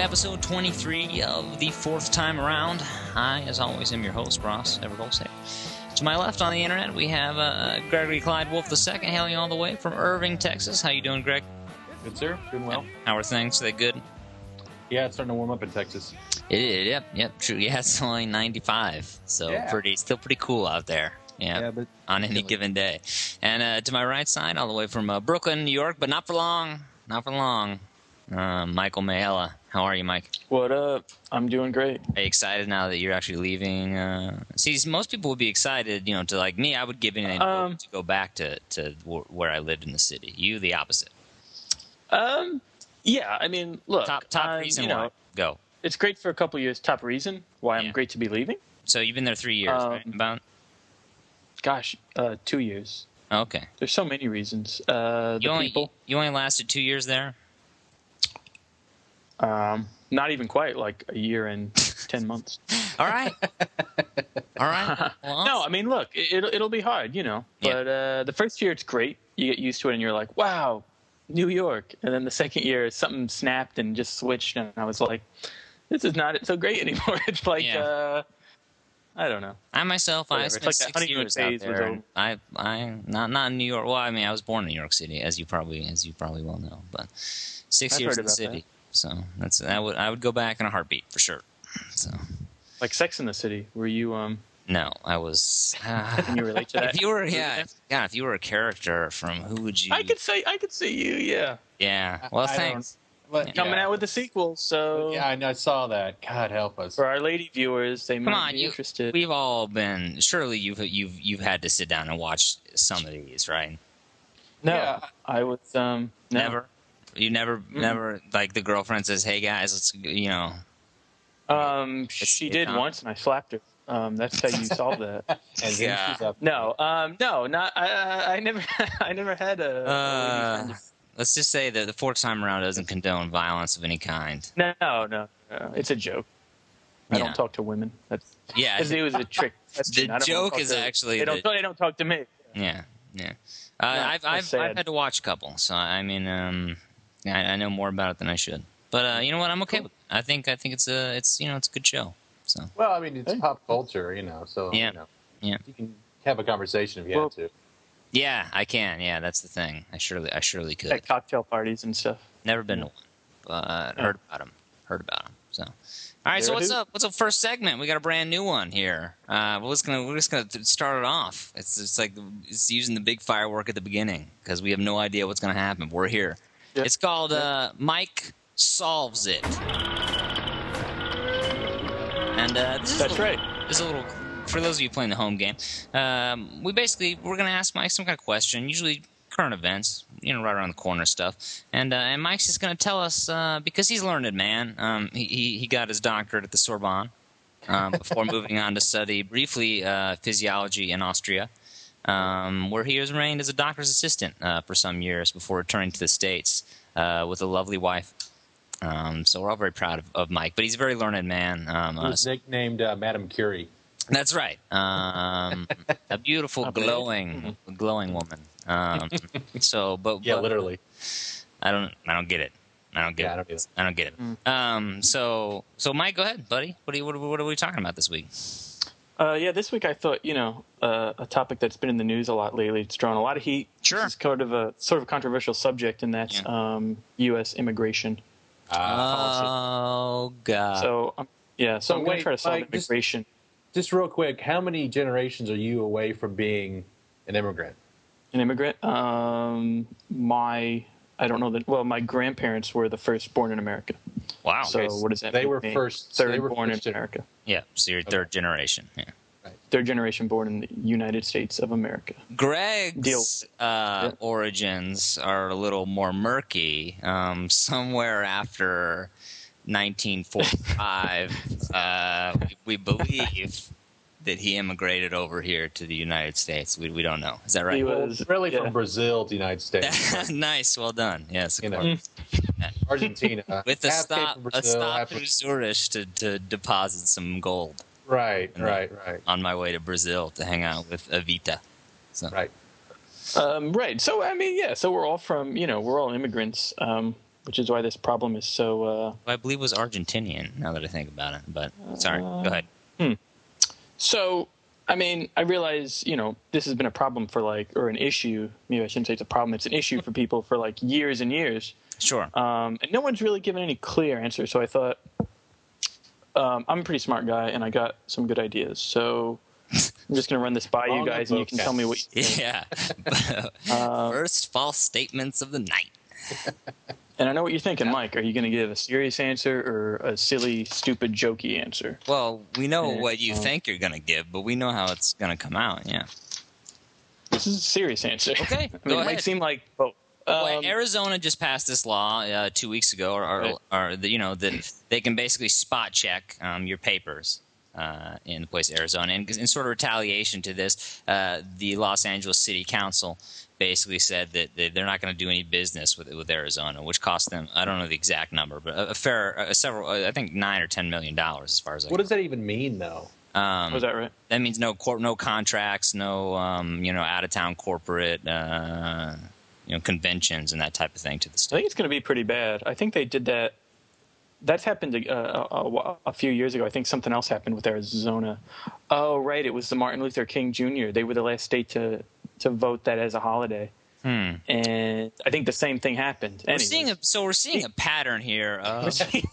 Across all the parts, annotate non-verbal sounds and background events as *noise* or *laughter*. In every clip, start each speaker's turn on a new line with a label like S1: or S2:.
S1: episode 23 of The Fourth Time Around. I, as always, am your host, Ross Evergoldsayer. To my left on the internet, we have uh, Gregory Clyde Wolf II, hailing all the way from Irving, Texas. How you doing, Greg?
S2: Good, sir. Doing well.
S1: How are things? They good?
S2: Yeah, it's starting to warm up in Texas.
S1: It- yep, yep, true. Yeah, it's only 95, so
S2: Yeah.
S1: pretty, still pretty cool out there. Yeah,
S2: Yeah, but
S1: on any
S2: really.
S1: given day. And uh, to my right side, all the way from uh, Brooklyn, New York, but not for long, not for long. Uh, Michael Mayella, how are you, Mike?
S3: What up? I'm doing great.
S1: Are you excited now that you're actually leaving? Uh, see, most people would be excited, you know, to like me. I would give anything
S3: Um,
S1: to go back to to wh- where I lived in the city. You, the opposite.
S3: Um, yeah. I mean, look.
S1: Top top
S3: I'm,
S1: reason
S3: uh, you know,
S1: why go.
S3: It's great for a couple years. Top reason why
S1: Yeah.
S3: I'm great to be leaving.
S1: So you've been there three years,
S3: Um,
S1: right? About
S3: Gosh, uh, two years.
S1: okay.
S3: There's so many reasons. Uh, the
S1: You only
S3: people.
S1: you only lasted two years there.
S3: Um, not even quite like a year
S1: *laughs*
S3: and ten months.
S1: All
S3: *laughs*
S1: right, all right. Well,
S3: No, I mean, look, it, it'll it'll be hard, you know.
S1: Yeah.
S3: But uh, the first year it's great. You get used to it, and you're like, wow, New York. And then the second year, something snapped and just switched, and I was like, this is not so great *laughs* anymore. it's like,
S1: Yeah.
S3: uh, I don't know.
S1: I myself, I
S3: Whatever. It's
S1: spent
S3: like that
S1: six
S3: honeymoon
S1: years out
S3: phase was
S1: there.
S3: over.
S1: and I, I, not not in New York. Well, I mean, I was born in New York City, as you probably, as you probably well know. But 6
S3: I've
S1: years
S3: heard
S1: in the
S3: about
S1: city, so that's that would I would go back in a heartbeat for sure. So
S3: Like Sex in the City. Were you? Um,
S1: no, I was. *laughs*
S3: can you relate to that?
S1: if you were, yeah, if- yeah, if you were a character from who would you?
S3: I could say I could see you. Yeah,
S1: yeah. Well,
S2: I- I
S1: thanks.
S2: don't- but-
S3: coming
S2: yeah.
S3: out with the sequel. So
S2: Yeah, I, know, I saw that. God help us.
S3: for our lady viewers, they
S1: Come
S3: might
S1: on,
S3: be
S1: you.
S3: interested.
S1: We've all been. Surely you've you've you've had to sit down and watch some of these, right?
S3: no,
S2: Yeah.
S3: I was um, no.
S1: Never. You never, never like the girlfriend says, "Hey guys, let's you know."
S3: Um, she
S1: it
S3: did
S1: not-
S3: once, and I slapped her. Um, that's how you solve that.
S1: *laughs*
S2: And then
S1: Yeah.
S2: she's up.
S3: No, um, no, not I. I- I never, *laughs* I never had a. a
S1: Uh,
S3: lady friend.
S1: let's just say that the fourth time around doesn't condone violence of any kind.
S3: no, no, no, no, it's a joke. I
S1: Yeah.
S3: don't talk to women. That's
S1: Yeah, I
S3: 'cause it was a trick.
S1: *laughs*
S3: question.
S1: The
S3: I don't
S1: joke
S3: talk
S1: is
S3: to-
S1: actually
S3: they don't.
S1: that-
S3: They don't talk to me.
S1: yeah, yeah. Uh, I've I've,
S3: that's
S1: I've
S3: sad.
S1: had to watch a couple, so I mean, um, I, I know more about it than I should. But uh, you know what? I'm okay. With it. I think I think it's a it's you know it's a good show. So
S2: Well, I mean, it's pop culture, you know, so
S1: Yeah.
S2: you, know,
S1: Yeah.
S2: you can have a conversation if you
S3: Well,
S2: had to.
S1: yeah, I can. Yeah, that's the thing. I surely I surely could.
S3: At cocktail parties and stuff.
S1: Never been to one, but
S3: Yeah.
S1: heard about him. Heard about him. So, all right. so
S3: There it
S1: what's
S3: is.
S1: up? What's up? First segment. We got a brand new one here. Uh, we're just gonna we're just gonna th- start it off. It's it's like it's using the big firework at the beginning because we have no idea what's gonna happen. We're here.
S3: Yeah.
S1: It's called uh, Mike solves it. And uh, this is a
S3: That's
S1: little-
S3: right.
S1: This is a little for those of you playing the home game. Um, we basically we're gonna ask Mike some kind of question, usually current events, you know, right around the corner stuff. And uh, and Mike's just gonna tell us uh, because he's learned, man. Um, he, he he got his doctorate at the Sorbonne um, before moving on to study briefly uh, physiology in Austria. Um, where he was reigned as a doctor's assistant uh, for some years before returning to the States uh, with a lovely wife. Um, so we're all very proud of, of Mike, but he's a very learned man. Um,
S2: It
S1: uh,
S2: was nicknamed uh, Madame Curie.
S1: that's right. Um, a beautiful,
S3: Not bad.
S1: glowing, glowing woman. Um, so, but,
S2: Yeah,
S1: but
S2: literally.
S1: I don't, I don't get it. I don't get
S2: Yeah, I
S1: it.
S2: don't either.
S1: I don't get it. Um, so, so Mike, go ahead, buddy. What are you, what, are- what are we talking about this week?
S3: Uh, yeah, this week I thought you know uh, a topic that's been in the news a lot lately. It's drawn a lot of heat.
S1: Sure.
S3: It's kind of a sort of a controversial subject, and that's um, U.S. immigration.
S2: Uh,
S1: Oh God!
S3: so um, yeah, so,
S2: So
S3: I'm going
S2: wait,
S3: to try to solve
S2: Mike, this-
S3: immigration.
S2: just real quick, how many generations are you away from being an immigrant?
S3: An immigrant. Um, my I don't know that. Well, my grandparents were the first born in America.
S1: wow.
S3: So
S2: Okay, so
S3: what does that?
S2: they
S3: make
S2: were
S3: me?
S2: first-
S3: Third
S2: they were
S3: born
S2: first
S3: in
S2: in-
S3: America.
S1: yeah. So you're third generation. Yeah.
S3: Third generation born in the United States of America.
S1: Greg's
S3: Deal.
S1: Uh,
S3: Yeah.
S1: origins are a little more murky. Um, somewhere after 1945, uh, we, we believe that he immigrated over here to the United States. We, we don't know. Is that
S3: He
S1: right?
S2: Well,
S3: was-
S2: really
S3: yeah.
S2: from Brazil to the United
S1: *laughs*
S2: States,
S1: nice. Well done. Yes. of
S2: you
S1: course.
S2: know,
S1: *laughs*
S2: Argentina.
S1: With a
S2: half came
S1: stop,
S2: from
S1: a
S2: Brazil, half
S1: stop
S2: from-
S1: in Zurich to, to deposit some gold
S2: Right,
S1: And then-
S2: right, right,
S1: on my way to Brazil to hang out with Evita. So,
S2: right.
S3: Um, right. So I mean, yeah. So we're all from you know we're all immigrants. Um, which is why this problem is so. Uh,
S1: who I believe was Argentinian. Now that I think about it, but sorry,
S3: Uh,
S1: go ahead.
S3: so, I mean, I realize you know this has been a problem for like, or an issue. Maybe I shouldn't say it's a problem. It's an issue for people for like years and years.
S1: Sure.
S3: Um, and no one's really given any clear answer. So I thought um, I'm a pretty smart guy, and I got some good ideas. So I'm just gonna run this by you
S2: Long
S3: guys, and you can
S2: podcast.
S3: tell me what. You
S1: *laughs*
S3: think.
S1: *laughs* yeah.
S3: Uh,
S1: First false statements of the night.
S3: and I know what you're thinking, Mike. Are you gonna give a serious answer or a silly, stupid, jokey answer?
S1: Well, we know
S3: Yeah,
S1: what you
S3: um,
S1: think you're gonna give, but we know how it's gonna come out. Yeah.
S3: This is a serious answer.
S1: Okay,
S3: *laughs* I mean,
S1: go
S3: it might
S1: ahead.
S3: seem like both.
S1: well,
S3: Um,
S1: Arizona just passed this law uh, two weeks ago, or, or,
S3: Right.
S1: or the, you know that they can basically spot check um, your papers uh, in the place of Arizona. And in sort of retaliation to this, uh, the Los Angeles City Council basically said that they- they're not going to do any business with with Arizona, which cost them I don't know the exact number, but a, a fair a several uh, I think nine or ten million dollars as far as I
S2: What does that even mean, though?
S1: um,
S3: was that right?
S1: that means no corp, no contracts, no um, you know out of town corporate uh, you know conventions and that type of thing to the
S3: I
S1: state.
S3: think it's going to be pretty bad. I think they did that. That's happened uh, a, a, wh- a few years ago. I think something else happened with Arizona. Oh, right. It was the Martin Luther King Jr. They were the last state to to vote that as a holiday,
S1: Hmm.
S3: and I think the same thing happened.
S1: We're seeing a, so we're seeing a pattern here
S3: *laughs*
S1: of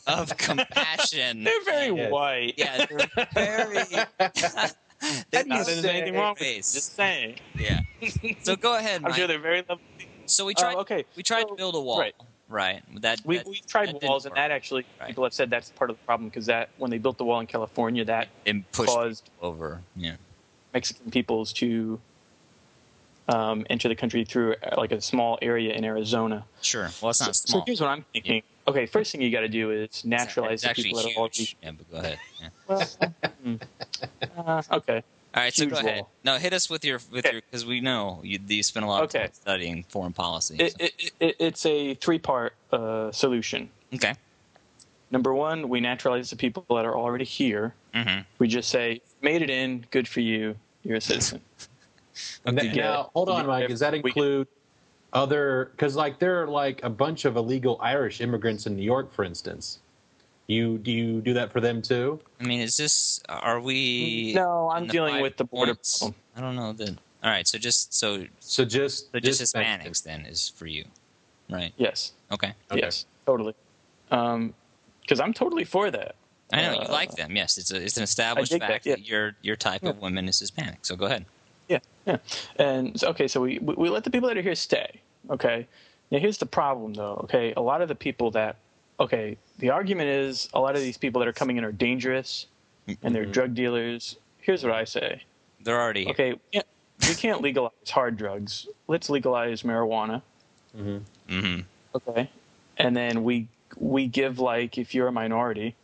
S1: of compassion.
S3: they're very
S2: Yeah.
S3: white.
S1: yeah,
S3: *laughs*
S1: they're very. *laughs* They're
S3: That means
S1: not
S3: there's
S1: very
S3: anything wrong with it.
S1: base.
S3: Just saying.
S1: Yeah. So go ahead,
S3: I'm
S1: Mike.
S3: sure they're very lovely.
S1: so we tried.
S3: Oh, okay.
S1: We tried to
S3: So-
S1: build a wall. Right.
S3: right.
S1: That
S3: We,
S1: that-
S3: we've tried
S1: that didn't
S3: walls, and
S1: work.
S3: that actually
S1: Right.
S3: people have said that's part of the problem because that when they built the wall in California, that
S1: and pushed
S3: caused
S1: over. Yeah.
S3: Mexican peoples to um, enter the country through uh, like a small area in Arizona.
S1: Sure. Well, it's
S3: So,
S1: not
S3: so
S1: small.
S3: here's what I'm thinking. Okay, first thing you got to do is
S1: It's- it's
S3: naturalize the
S1: actually
S3: people that
S1: huge.
S3: are already.
S1: Yeah, but go ahead. Yeah.
S3: Uh, okay,
S1: All right, so
S3: Huge
S1: go ahead.
S3: wall.
S1: No, hit us with your with
S3: Okay.
S1: your because we know you, you spent a lot of
S3: Okay.
S1: time studying foreign policy.
S3: it, it, it, it's a three-part uh, solution.
S1: okay.
S3: Number one, we naturalize the people that are already here.
S1: Mm-hmm.
S3: We just say, "Made it in, good for you. You're a citizen."
S2: N-
S1: Okay.
S2: Now, hold on,
S3: Yeah.
S2: Mike. Does that
S3: We-
S2: include other? Because like there are like a bunch of illegal Irish immigrants in New York, for instance. You do you do that for them too?
S1: I mean, is this are we?
S3: No, I'm
S1: in
S3: dealing
S1: five
S3: with the border
S1: points?
S3: problem.
S1: I don't know that. All right, so just so
S2: So just
S1: so just
S2: Mexicans.
S1: Hispanics then is for you, right?
S3: Yes,
S1: Okay.
S2: Okay.
S3: yes, totally. Because I'm totally for that.
S1: I know you
S3: Uh,
S1: like them. Yes, it's a, it's an established
S3: dig that,
S1: fact
S3: yeah.
S1: that your your type of woman is Hispanic. So go ahead.
S3: Yeah, yeah. And so, okay, so we, we we let the people that are here stay. Okay. Now here's the problem, though. Okay, a lot of the people that okay, the argument is a lot of these people that are coming in are dangerous, and they're drug dealers. Here's what I say.
S1: They're already here.
S3: Okay, we can't, we can't legalize hard drugs. Let's legalize marijuana.
S1: Mm-hmm.
S3: Okay, and then we we give like if you're a minority,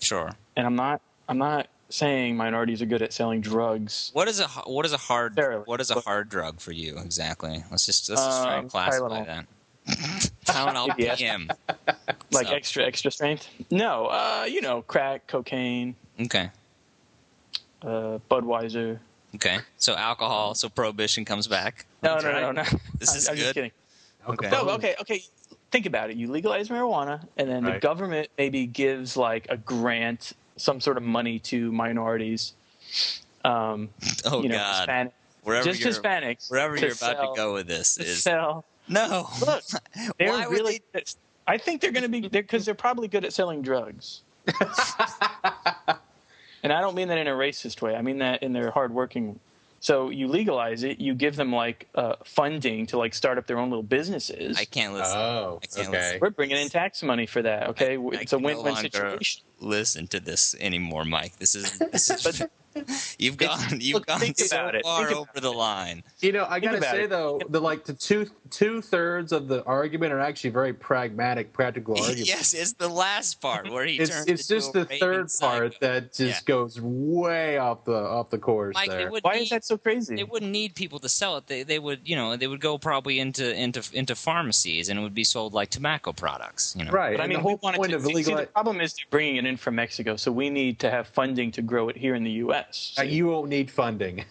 S1: Sure.
S3: and I'm not I'm not saying minorities are good at selling drugs.
S1: What is a h- what is a hard
S3: Fairly,
S1: what is a
S3: but-
S1: hard drug for you exactly? Let's just let's just try
S3: Um,
S1: and classify
S3: Tylenol.
S1: that.
S3: *laughs*
S1: Tylenol
S3: Yeah.
S1: PM.
S3: Like
S1: So-
S3: extra extra strength? No, uh, you know, crack, cocaine,
S1: Okay.
S3: uh, Budweiser.
S1: Okay. So alcohol. So prohibition comes back.
S3: No,
S2: That's
S3: no, no,
S2: right.
S3: *laughs* no.
S1: This
S3: I'm,
S1: is
S3: I'm
S1: good.
S3: just kidding.
S1: Okay.
S3: No, okay, okay. Think about it. You legalize marijuana, and then the
S2: Right.
S3: government maybe gives like a grant, some sort of money to minorities. Um,
S1: Oh
S3: you know,
S1: God.
S3: Hispanic,
S1: wherever
S3: just
S1: you're
S3: Hispanics.
S1: wherever
S3: to
S1: you're about
S3: sell-
S1: to go with this
S3: to
S1: is
S3: sell.
S1: no.
S3: Look, They're
S1: *laughs* Why would
S3: really. I think they're going to be there because they're probably good at selling
S1: *laughs*
S3: drugs. and I don't mean that in a racist way. I mean that in their hardworking. So you legalize it, you give them like uh, funding to like start up their own little businesses.
S1: I can't listen.
S2: Oh,
S1: I can't
S2: okay.
S1: listen.
S3: We're bringing in tax money for that. Okay,
S1: I
S3: it's a
S1: can
S3: win-win
S1: no longer
S3: situation.
S1: Listen to this anymore, Mike. This is
S3: *laughs*
S1: this is. you've gone you've
S2: look,
S1: gone
S3: think
S1: so
S3: about it.
S1: far
S3: Think
S1: over the line.
S2: You know, I
S3: Think
S2: gotta
S3: about
S2: say
S3: it.
S2: though, the like the two two thirds of the argument are actually very
S1: *laughs*
S2: pragmatic, practical arguments.
S1: yes, it's the last part where he
S2: It's
S1: turns.
S2: it's
S1: into
S2: just
S1: a
S2: the third
S1: raving
S2: part
S1: psycho.
S2: that just
S1: Yeah.
S2: goes way off the off the course
S1: Mike,
S2: there.
S1: it would
S3: Why
S1: be-
S3: is that so crazy?
S1: they wouldn't need people to sell it. They they would you know they would go probably into into into pharmacies and it would be sold like tobacco products. You know,
S2: right.
S3: But I
S2: and
S3: mean,
S2: the whole
S3: we wanted
S2: point
S3: to,
S2: of
S3: see,
S2: legal
S3: the problem is they're bringing it in from Mexico, so we need to have funding to grow it here in the U.S.
S2: Uh, you won't need funding.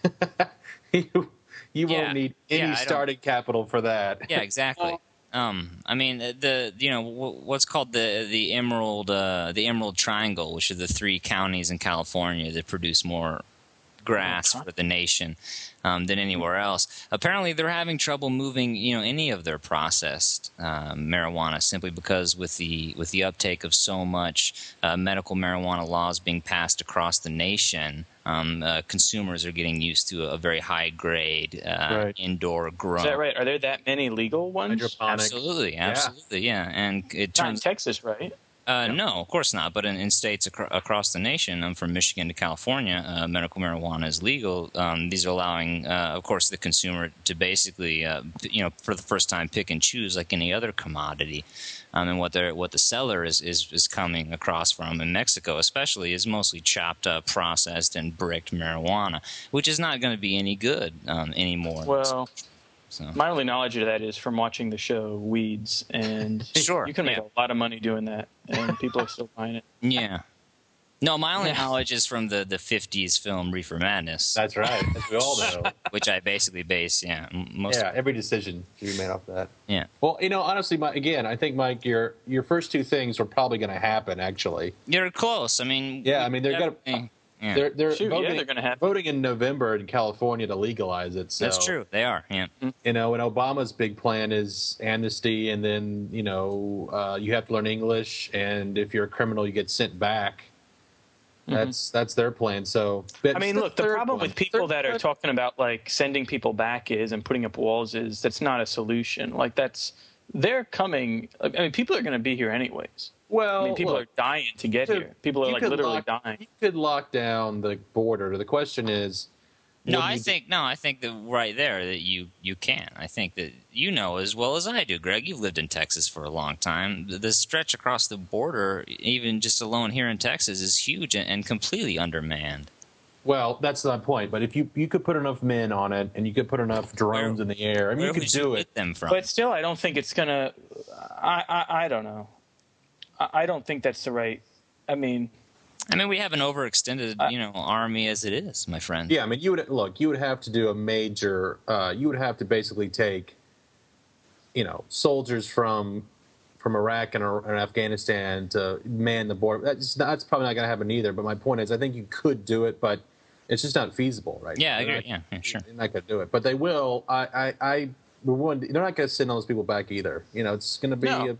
S2: *laughs* you you
S1: Yeah.
S2: won't need
S1: Yeah,
S2: any
S1: I don't-
S2: starting capital for that. *laughs*
S3: *laughs*
S1: Yeah, exactly.
S3: Well,
S1: Um, I mean the you know wh- what's called the the emerald uh, the emerald triangle, which are the three counties in California that produce more grass
S3: Okay. Mm-hmm.
S1: for the nation um, than anywhere else. Apparently, they're having trouble moving you know any of their processed uh, marijuana simply because with the with the uptake of so much uh, medical marijuana laws being passed across the nation. Um, uh, consumers are getting used to a very high grade uh,
S3: Right.
S1: indoor grow.
S3: Is that right? Are there that many legal ones?
S2: Hydroponic.
S1: Absolutely,
S2: Yeah.
S1: absolutely, yeah. And it
S3: Not in
S1: turns
S3: Texas, right?
S1: uh, no, of course not. But in, in states acro- across the nation, um, from Michigan to California, uh, medical marijuana is legal. Um, these are allowing, uh, of course, the consumer to basically, uh, p- you know, for the first time, pick and choose like any other commodity. Um, and what they're what the seller is, is is coming across from in Mexico, especially, is mostly chopped up, processed, and bricked marijuana, which is not going to be any good um, anymore.
S3: Well,
S1: so.
S3: my only knowledge of that is from watching the show Weeds, and
S1: *laughs* Sure,
S3: you can make
S1: yeah.
S3: a lot of money doing that, and people are still buying it.
S1: Yeah. No, my only
S3: Yeah.
S1: knowledge is from the, the 50s film Reefer Madness,
S2: That's right. As we all know.
S1: which I basically base, yeah, m- *laughs* most
S2: yeah, every decision you made off that.
S1: Yeah.
S2: Well, you know, honestly, Mike, again, I think Mike, your your first two things were probably going to happen. Actually,
S1: You're close. I mean,
S2: Yeah,
S1: we
S2: I mean, they're gonna-
S1: definitely- yeah.
S2: they're they're
S3: Shoot, yeah,
S2: voting,
S3: they're gonna happen.
S2: voting in November in California to legalize it. So,
S1: That's true. They are. Yeah.
S2: You know, and Obama's big plan is amnesty, and then you know uh, you have to learn English, and if you're a criminal, you get sent back.
S1: Mm-hmm.
S2: That's that's their plan. So
S3: I mean, look, the
S2: third
S3: problem
S2: one.
S3: with people
S2: Third
S3: that are
S2: one-
S3: talking about like sending people back is and putting up walls is that's not a solution. Like that's they're coming. I mean, people are going to be here anyways.
S2: well,
S3: I mean, people
S2: Oh, look,
S3: are dying to get
S2: Dude,
S3: here. People are
S2: you
S3: like
S2: could
S3: literally
S2: lock-
S3: dying.
S2: You could lock down the border. The question is,
S1: No,
S2: would
S1: I
S2: you-
S1: think no, I think that right there that you you can. I think that you know as well as I do, Greg. You've lived in Texas for a long time. The- The stretch across the border, even just alone here in Texas, is huge and, and completely undermanned.
S2: Well, that's my point. But if you you could put enough men on it, and you could put enough drones
S1: Where-
S2: in the air, I mean,
S1: Where
S2: you could
S1: would
S2: do it.
S1: get them from?
S3: But still, I don't think it's going to. I I I don't know. I, I don't think that's the right. I mean,
S1: I mean, we have an overextended, you know, army as it is, my friend.
S2: Yeah, I mean, you would look. You would have to do a major. Uh, you would have to basically take, you know, soldiers from from Iraq and, and Afghanistan to man the border. That's not, that's probably not going to happen either. But my point is, I think you could do it, but it's just not feasible, right?
S1: Yeah, I
S2: They're
S1: agree.
S2: not-
S1: Yeah, yeah, sure.
S2: They're not going to do it, but they will. I, I, I we wouldn't- They're not going to send all those people back either. You know, it's going to be
S3: No.
S2: a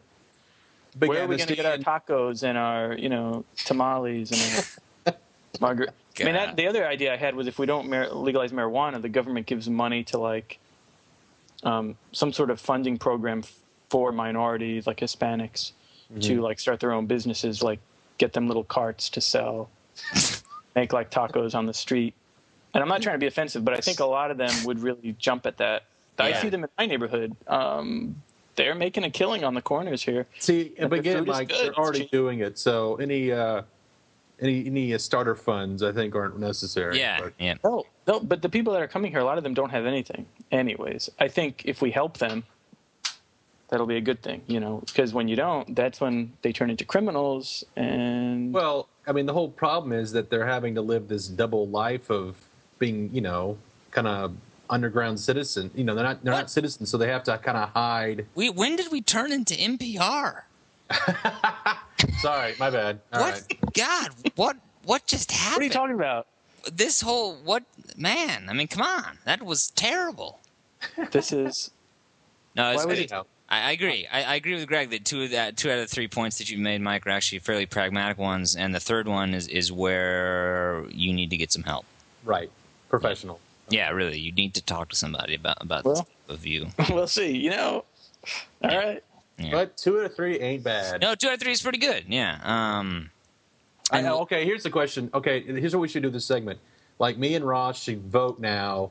S2: big
S3: where are we going to
S2: amnesty
S3: get our
S2: and-
S3: tacos and our you know tamales and our margarita? I mean, that,
S1: God.
S3: the other idea I had was if we don't mar- legalize marijuana, the government gives money to like um, some sort of funding program f- for minorities, like Hispanics, to like start their own businesses, like get them little carts to sell, make like tacos on the street. And I'm not trying to be offensive, but I think a lot of them would really jump at that. I
S1: Yeah.
S3: see them in my neighborhood. Um, they're making a killing on the corners here.
S2: See, but
S3: But the
S2: again,
S3: food is
S2: Mike,
S3: good.
S2: they're
S3: It's
S2: already
S3: cheap.
S2: doing it. So any uh, any any uh, starter funds, I think, aren't necessary.
S1: Yeah,
S2: But-
S1: yeah.
S3: No, no, but the people that are coming here, a lot of them don't have anything. Anyways, I think if we help them, that'll be a good thing, you know, because when you don't, that's when they turn into criminals. And
S2: Well, I mean, the whole problem is that they're having to live this double life of being, you know, kind of underground citizen. You know, they're not they're
S1: What?
S2: not citizens, so they have to kind of hide.
S1: We when did we turn into NPR?
S2: Sorry, my bad. All right.
S1: what God? What what just happened?
S3: what are you talking about?
S1: this whole what man? I mean, come on, that was terrible.
S3: This is *laughs*
S1: No, it's
S3: Why would
S1: great.
S2: you know?
S1: I, I agree. I, I agree with Greg that two of that two out of the three points that you made, Mike, are actually fairly pragmatic ones, and the third one is is where you need to get some help.
S2: Right, professional.
S1: Yeah, really, you need to talk to somebody about about
S3: Well-
S1: this of you.
S3: we'll see, you know. All right.
S1: Yeah.
S2: But two out of three ain't bad.
S1: No, two out of three is pretty good. Yeah. Um.
S2: I, okay, here's the question. Okay, here's what we should do this segment. Like me and Ross should vote now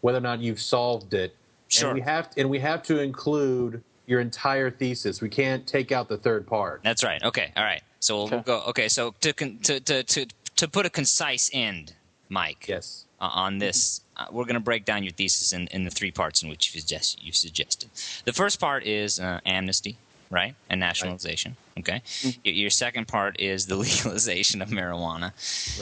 S2: whether or not you've solved it.
S1: Sure.
S2: And we have and we have to include your entire thesis. We can't take out the third part.
S1: That's right. Okay. All right. So we'll
S3: Okay.
S1: go. Okay. So to con- to to to to put a concise end, Mike.
S2: Yes.
S1: Uh, on this, uh, we're going to break down your thesis in, in the three parts in which you've, suggest- you've suggested. The first part is uh, amnesty. right? And nationalization. Okay. Your, your second part is the *laughs* legalization of marijuana.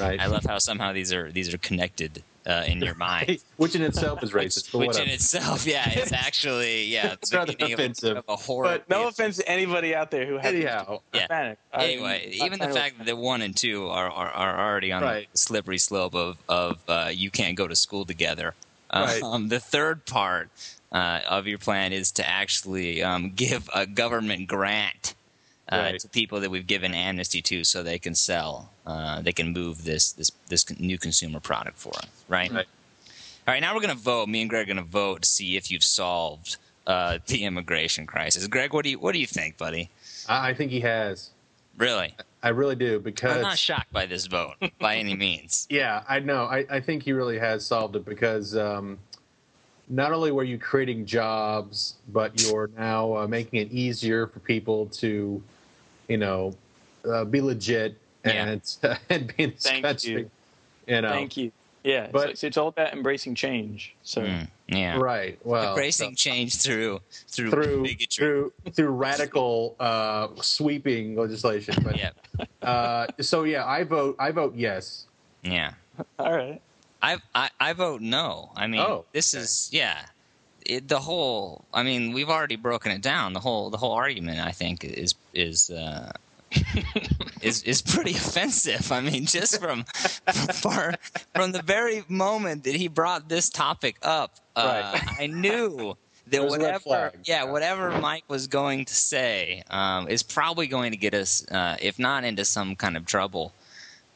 S2: Right.
S1: I
S2: *laughs*
S1: love how somehow these are these are connected uh, in your mind.
S2: Which in itself is racist, but
S1: Which
S2: whatever.
S1: in itself, yeah,
S2: *laughs*
S1: it's actually yeah,
S2: It's
S1: the
S2: rather
S1: beginning of-
S2: offensive,
S1: Of, a horror.
S3: But no offense to anybody out there who has
S2: Anyhow,
S1: Yeah.
S3: Hispanic. I-
S1: Anyway,
S3: I-
S1: even the
S3: I-
S1: fact that one and two are are, are already on
S2: Right.
S1: the slippery slope of of uh, you can't go to school together.
S2: Right.
S1: Um, the third part uh, of your plan is to actually um, give a government grant uh,
S2: Right.
S1: to people that we've given amnesty to, so they can sell, uh, they can move this this this con- new consumer product for us, right?
S2: Right.
S1: All right, now we're gonna vote. Me and Greg are gonna vote to see if you've solved uh, the immigration crisis. Greg, what do you what do you think, buddy?
S2: I, I think he has.
S1: Really?
S2: I really do
S1: I'm
S2: because
S1: not shocked by this vote by any
S2: *laughs*
S1: means.
S2: yeah, I know. I, I think he really has solved it because um, not only were you creating jobs, but you're now uh, making it easier for people to, you know, uh, be legit and *laughs* and be in this
S3: Thank
S2: country.
S3: you.
S2: You, know,
S3: Thank you. Yeah,
S2: But-
S3: so, so it's all about embracing change. So
S1: Hmm, yeah,
S2: right. Well,
S1: embracing change through through,
S2: so through
S1: bigotry.
S2: through through radical uh, sweeping legislation. But
S1: Yeah,
S2: uh, so yeah, I vote. I vote yes.
S1: yeah.
S3: all right,
S1: I, I I vote no. I mean,
S2: Oh,
S1: this
S2: okay.
S1: is yeah. It, the whole. I mean, we've already broken it down. The whole the whole argument, I think, is is. Uh, *laughs* is is pretty offensive. I mean, just from *laughs* from, far, from the very moment that he brought this topic up, uh, I knew
S2: *laughs*
S1: that
S2: There's a red
S1: whatever,
S2: flag.
S1: yeah, whatever Mike was going to say um, is probably going to get us, uh, if not into some kind of trouble,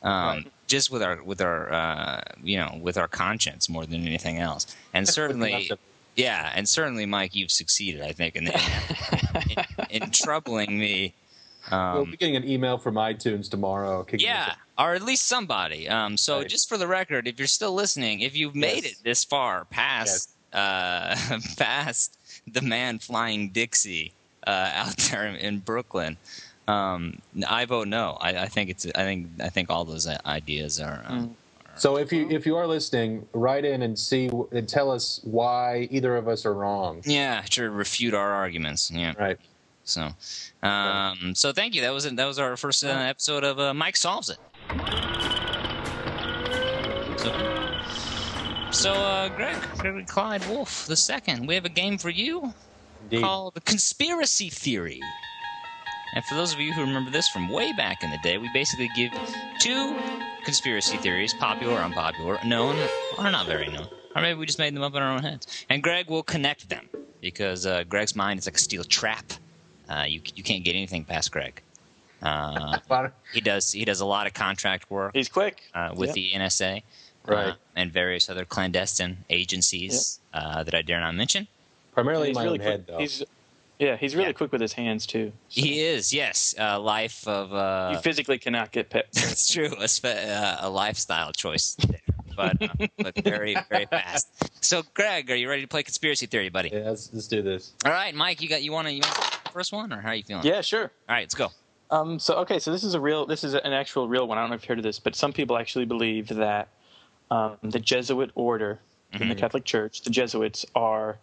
S1: um, just with our with our uh, you know with our conscience more than anything else. And certainly,
S2: nothing.
S1: yeah, and certainly, Mike, you've succeeded. I think in in, in, in troubling
S2: *laughs*
S1: me. Um,
S2: we'll be getting an email from iTunes tomorrow. kicking us
S1: yeah, or at least somebody. Um, so
S2: Right.
S1: just for the record, if you're still listening, if you've made
S2: Yes.
S1: it this far past uh, *laughs* past the man flying Dixie uh, out there in Brooklyn, um, I vote no. I, I think it's I think I think all those i- ideas are.
S2: Mm.
S1: Um,
S2: So if you if you are listening, write in and see and tell us why either of us are wrong.
S1: Yeah, to refute our arguments. Yeah,
S2: Right.
S1: so, um, so thank you. That was that was our first uh, episode of uh, Mike solves it. So, so uh, Greg, Gregory Clyde Wolf the second. We have a game for you
S2: Indeed.
S1: called Conspiracy Theory. And for those of you who remember this from way back in the day, we basically give two conspiracy theories, popular or unpopular, known or not very known. Or maybe we just made them up in our own heads. And Greg will connect them because uh, Greg's mind is like a steel trap. Uh, you, you can't get anything past Greg. Uh,
S2: Well,
S1: he does he does a lot of contract work
S3: he's quick.
S1: uh, with
S3: Yep.
S1: the NSA,
S2: Right.
S1: uh, and various other clandestine agencies uh, that I dare not mention.
S2: Primarily in
S3: he's
S2: my
S3: really
S2: own head,
S3: quick.
S2: though.
S3: He's yeah, he's really
S1: Yeah.
S3: quick with his hands too.
S1: He is, yes, uh, life of
S3: you
S1: uh,
S3: physically cannot get
S1: *laughs*
S3: picked.
S1: that's true, a, spe- uh, a lifestyle choice, there, but uh, but very very fast. So, Greg, are you ready to play conspiracy theory, buddy?
S2: Yeah, let's, let's do this.
S1: All right, Mike, you got you want to you want the first one or how are you feeling?
S3: yeah, sure.
S1: All right, let's go.
S3: Um, so okay, so this is a real, this is an actual real one. I don't know if you've heard of this, but some people actually believe that um, the Jesuit order in
S1: Mm-hmm.
S3: the Catholic Church, the Jesuits are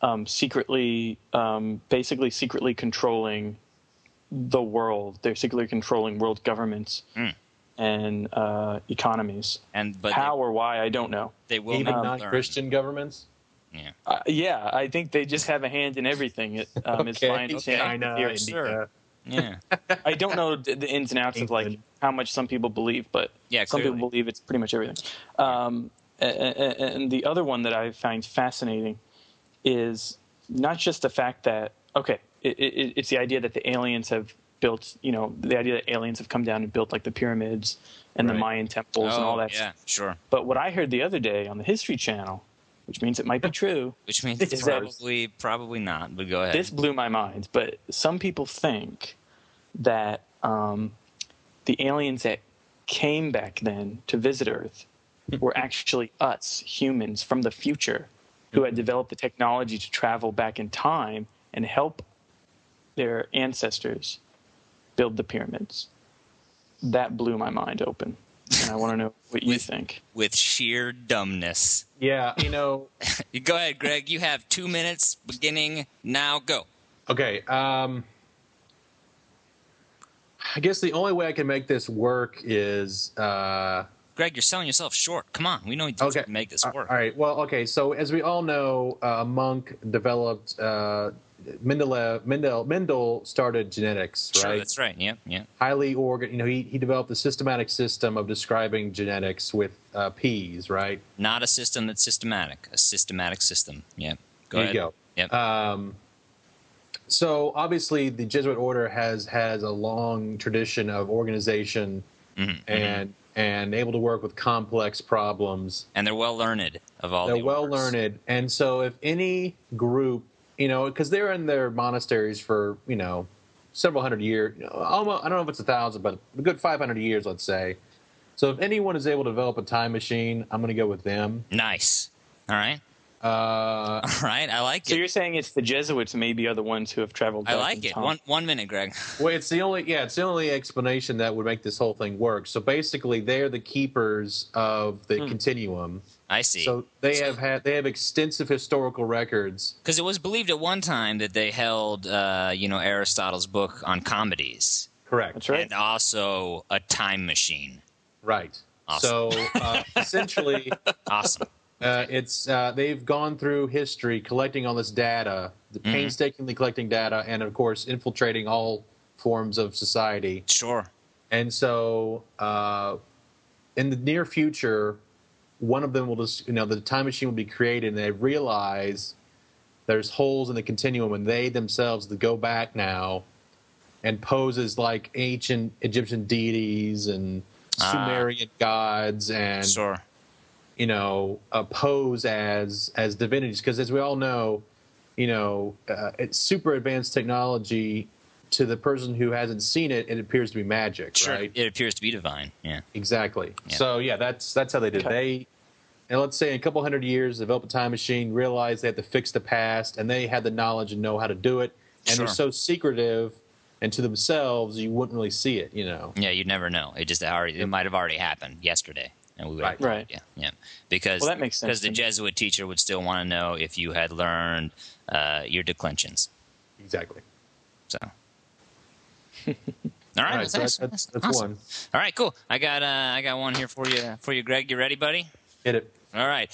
S3: um, secretly, um, basically secretly controlling the world. They're secretly controlling world governments
S1: Mm.
S3: and uh, economies.
S1: And but
S3: How or why, I don't know.
S1: they, they will
S2: Even
S1: not learn.
S2: non-Christian governments,
S1: Yeah.
S3: Uh, yeah, I think they just have a hand in everything. It, um,
S1: *laughs*
S3: It's
S2: Okay.
S3: my understanding.
S2: China,
S3: of the theory.
S2: India.
S3: *laughs*
S1: Yeah.
S3: I don't know the the ins and outs of like
S2: England.
S3: how much some people believe, but
S1: Yeah,
S3: some
S1: clearly.
S3: people believe it's pretty much everything. Um, a- a- a- and the other one that I find fascinating is not just the fact that okay, it, it, it's the idea that the aliens have built, you know, the idea that aliens have come down and built like the pyramids and the
S2: Right.
S3: Mayan temples and
S1: Oh,
S3: all that.
S1: yeah, sure.
S3: But what I heard the other day on the History Channel, which means it
S1: *laughs*
S3: might be true,
S1: Which means
S3: *laughs* Is that-
S1: probably probably not. But go ahead.
S3: this blew my mind. But some people think that um, the aliens that came back then to visit Earth
S1: Hmm.
S3: were actually us humans from the future who
S1: Hmm.
S3: had developed the technology to travel back in time and help their ancestors build the pyramids. That blew my mind open. And I want to know what you
S1: With-
S3: think.
S1: with sheer dumbness.
S2: Yeah, you know.
S1: Go ahead, Greg. You have two minutes beginning now. Go.
S2: Okay. Um, I guess the only way I can make this work is. Uh,
S1: Greg, you're selling yourself short. Come on, we know you
S2: Okay.
S1: can make this
S2: All-
S1: work.
S2: All right. Well, okay. So as we all know, uh, Monk developed uh, Mendeleev. Mendel Mendel started genetics,
S1: Sure,
S2: right?
S1: that's right. Yeah, yeah.
S2: Highly organ. You know, he he developed a systematic system of describing genetics with uh, peas, right?
S1: Not a system that's systematic. A systematic system. Yeah. Go
S2: there
S1: ahead.
S2: you go.
S1: Yep.
S2: Um, so obviously, the Jesuit order has has a long tradition of organization
S1: Mhm, mhm.
S2: and and able to work with complex problems.
S1: and they're well learned of all.
S2: they're
S1: the
S2: well
S1: orders.
S2: learned and so if any group you know because they're in their monasteries for you know several hundred years almost i don't know if it's a thousand but a good 500 years let's say so if anyone is able to develop a time machine i'm going to go with them
S1: Nice. All right. *laughs*
S2: uh,
S1: All right. I like
S3: So
S1: it.
S3: you're saying it's the Jesuits maybe are the ones who have traveled.
S1: I
S3: back
S1: like
S3: in
S1: it.
S3: time.
S1: One one minute, Greg. *laughs*
S2: well it's the only yeah it's the only explanation that would make this whole thing work so basically they're the keepers of the
S3: Hmm.
S2: continuum
S1: I see.
S2: so they have had they have extensive historical records
S1: Because it was believed at one time that they held, uh, you know, Aristotle's book on comedies,
S2: correct
S3: That's right.
S1: and also a time machine.
S2: right
S1: Awesome.
S2: so uh, essentially *laughs*
S1: Awesome.
S2: Uh, it's uh, they've gone through history collecting all this data, the
S1: Mhm.
S2: painstakingly collecting data, and of course infiltrating all forms of society.
S1: sure.
S2: And so, uh, in the near future, one of them will just you know the time machine will be created, and they realize there's holes in the continuum, and they themselves to go back now and pose as like ancient Egyptian deities and
S1: Ah.
S2: Sumerian gods and
S1: sure.
S2: you know uh, pose as as divinities because as we all know you know uh, it's super advanced technology to the person who hasn't seen it it appears to be magic
S1: Sure.
S2: right
S1: It appears to be divine. Yeah.
S2: exactly
S1: Yeah.
S2: so yeah that's that's how they did it. they and let's say in a couple hundred years develop a time machine realize they have to fix the past and they had the knowledge and know how to do it and they're
S1: Sure.
S2: so secretive and to themselves you wouldn't really see it you know
S1: Yeah. You'd never know. It just already. It might have already happened yesterday, and we would.
S2: Right.
S3: Right.
S1: Yeah. Yeah. Because
S3: Well, that makes sense
S1: because the
S3: to me.
S1: Jesuit teacher would still want to know if you had learned uh, your declensions.
S2: exactly
S1: So. *laughs* All right.
S2: all
S1: that's
S2: right so
S1: nice.
S2: that's, that's, that's
S1: awesome.
S2: one
S1: All right. Cool. I got uh, I got one here for you for you, Greg. You ready, buddy?
S2: hit it
S1: All right.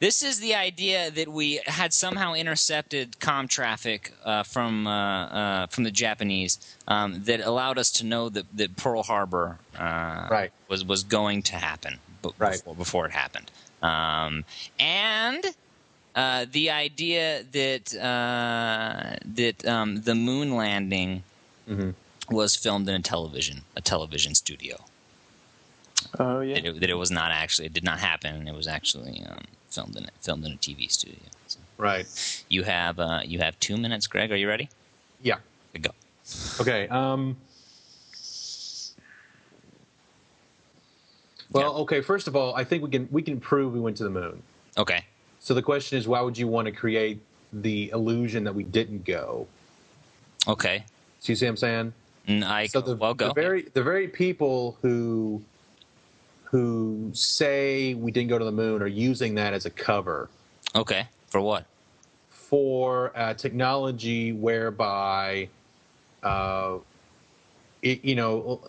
S1: This is the idea that we had somehow intercepted com traffic uh, from uh, uh, from the Japanese um, that allowed us to know that, that Pearl Harbor uh,
S2: Right.
S1: was was going to happen b-
S2: Right.
S1: before, before it happened, um, and uh, the idea that uh, that um, the moon landing
S2: Mm-hmm.
S1: was filmed in a television a television studio
S3: Oh yeah.
S1: that it, that it was not actually it did not happen. It was actually um, filmed in filmed in a TV studio. So
S2: right
S1: you have uh, you have two minutes, Greg. Are you ready?
S2: yeah
S1: Go.
S2: Okay. Um, well, okay. First of all, I think we can we can prove we went to the moon.
S1: Okay.
S2: So the question is, why would you want to create the illusion that we didn't go?
S1: Okay.
S2: So you see what I'm saying?
S1: Mm, I
S2: So the,
S1: well go.
S2: the very the very people who who say we didn't go to the moon are using that as a cover
S1: okay. For what? *laughs*
S2: for uh, technology whereby, uh, it, you know,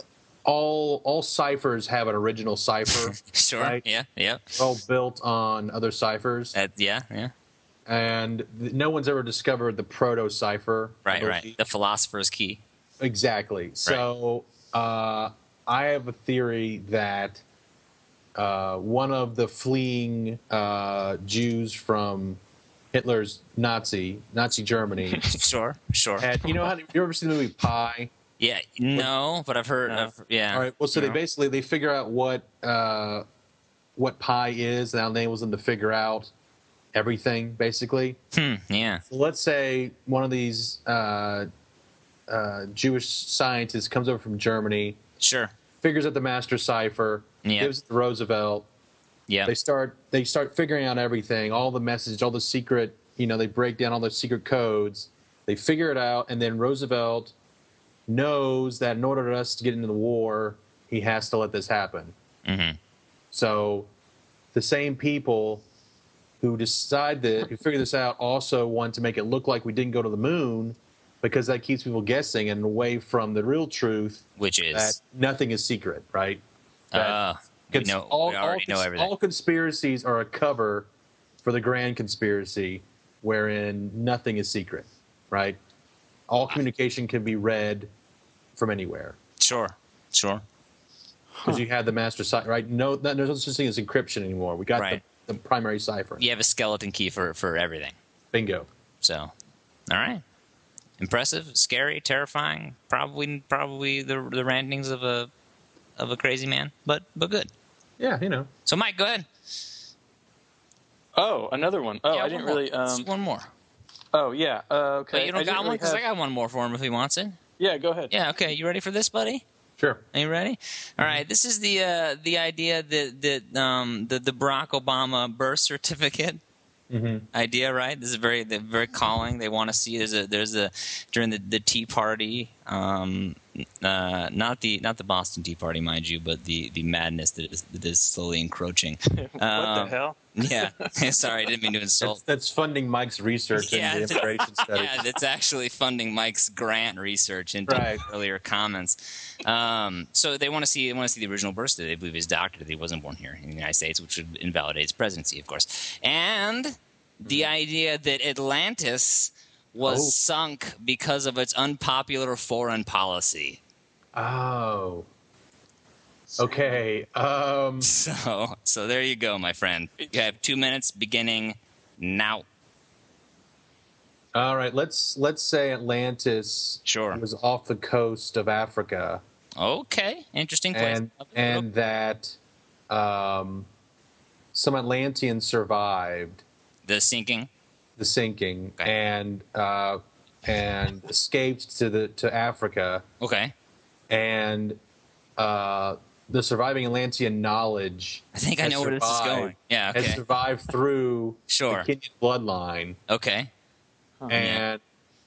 S2: all all ciphers have an original cipher,
S1: Sure.
S2: Right.
S1: Yeah. Yeah. *laughs*
S2: all built on other ciphers,
S1: That, yeah. Yeah.
S2: and th- no one's ever discovered the proto cipher. I
S1: Right. Right.
S2: believe.
S1: The philosopher's key. *laughs*
S2: Exactly. So uh, I have a theory that uh, one of the fleeing uh, Jews from Hitler's Nazi
S1: *laughs*
S2: Nazi Germany
S1: Sure. Sure.
S2: had you know how you ever seen the movie Pie?
S1: Yeah. No, but I've heard.
S3: No.
S1: I've, yeah.
S2: All right. Well, so
S1: you
S2: they
S1: know.
S2: basically they figure out what uh, what Pi is, and that enables them to figure out everything basically.
S1: Hmm, yeah.
S2: So let's say one of these uh, uh, Jewish scientists comes over from Germany,
S1: Sure.
S2: figures out the master cipher,
S1: Yeah.
S2: gives it to Roosevelt.
S1: Yeah.
S2: They start they start figuring out everything, all the message, all the secret. You know, they break down all the secret codes. They figure it out, and then Roosevelt knows that in order for us to get into the war, he has to let this happen.
S1: Mhm.
S2: So, the same people who decide that who figure this out also want to make it look like we didn't go to the moon because that keeps people guessing and away from the real truth
S1: which
S2: that
S1: is
S2: nothing is secret, right? that
S1: uh, we
S2: Cons-
S1: know we already
S2: cons-
S1: know everything.
S2: all conspiracies are a cover for the grand conspiracy, wherein nothing is secret, right?
S1: Ah.
S2: All communication can be read from anywhere
S1: sure, sure.
S2: because you have the master cipher, right? No, no, no such thing as encryption anymore. We got
S1: Right.
S2: the, the primary cipher.
S1: You have a skeleton key for for everything.
S2: Bingo.
S1: So, all right, impressive, scary, terrifying. Probably probably the the rantings of a of a crazy man, but but good.
S2: Yeah, you know.
S1: So, Mike, go ahead.
S3: Oh, another one. Oh,
S1: Yeah,
S3: I
S1: one
S3: didn't
S1: more.
S3: really.
S1: Just
S3: Um,
S1: one more.
S3: oh, yeah. Uh, okay.
S1: But you don't
S3: I didn't
S1: got one
S3: really
S1: because
S3: have-
S1: I got one more for him if he wants it.
S3: Yeah, go ahead.
S1: Yeah. Okay. You ready for this, buddy?
S2: Sure.
S1: Are you ready? All
S3: Mm-hmm.
S1: right. This is the uh, the idea that that um, the the Barack Obama birth certificate
S2: Mm-hmm.
S1: idea, right? This is very they're very calling. They want to see there's a there's a during the, the Tea Party, um, uh, not the not the Boston Tea Party, mind you, but the the madness that is that is slowly encroaching.
S3: *laughs* what
S1: Um,
S3: the hell?
S1: Yeah. *laughs* Sorry, I didn't mean to
S2: That's,
S1: insult.
S2: that's funding Mike's research
S1: Yeah, *laughs*
S2: in the
S1: it's-
S2: immigration study.
S1: Yeah, that's actually funding Mike's grant research into
S2: Right.
S1: earlier comments. Um, so they want to see they want to see the original birth certificate. They believe he's doctor that he wasn't born here in the United States, which would invalidate his presidency, of course. And the idea that Atlantis was
S2: Mm-hmm. Oh.
S1: sunk because of its unpopular foreign policy. *laughs*
S2: Oh. Okay. Um,
S1: So so there you go, my friend. You have two minutes beginning now.
S2: all right. Let's let's say Atlantis
S1: Sure.
S2: was off the coast of Africa.
S1: Okay. Interesting place.
S2: and and that um, some Atlanteans survived
S1: the sinking.
S2: the sinking
S1: Okay.
S2: and uh, and escaped to the to Africa
S1: Okay.
S2: and uh, the surviving Atlantean knowledge
S1: I think I
S2: has
S1: know where this is
S2: survived-
S1: going. Yeah,
S2: has
S1: okay.
S2: survived through
S1: Sure.
S2: the Kenyan bloodline
S1: Okay.
S2: and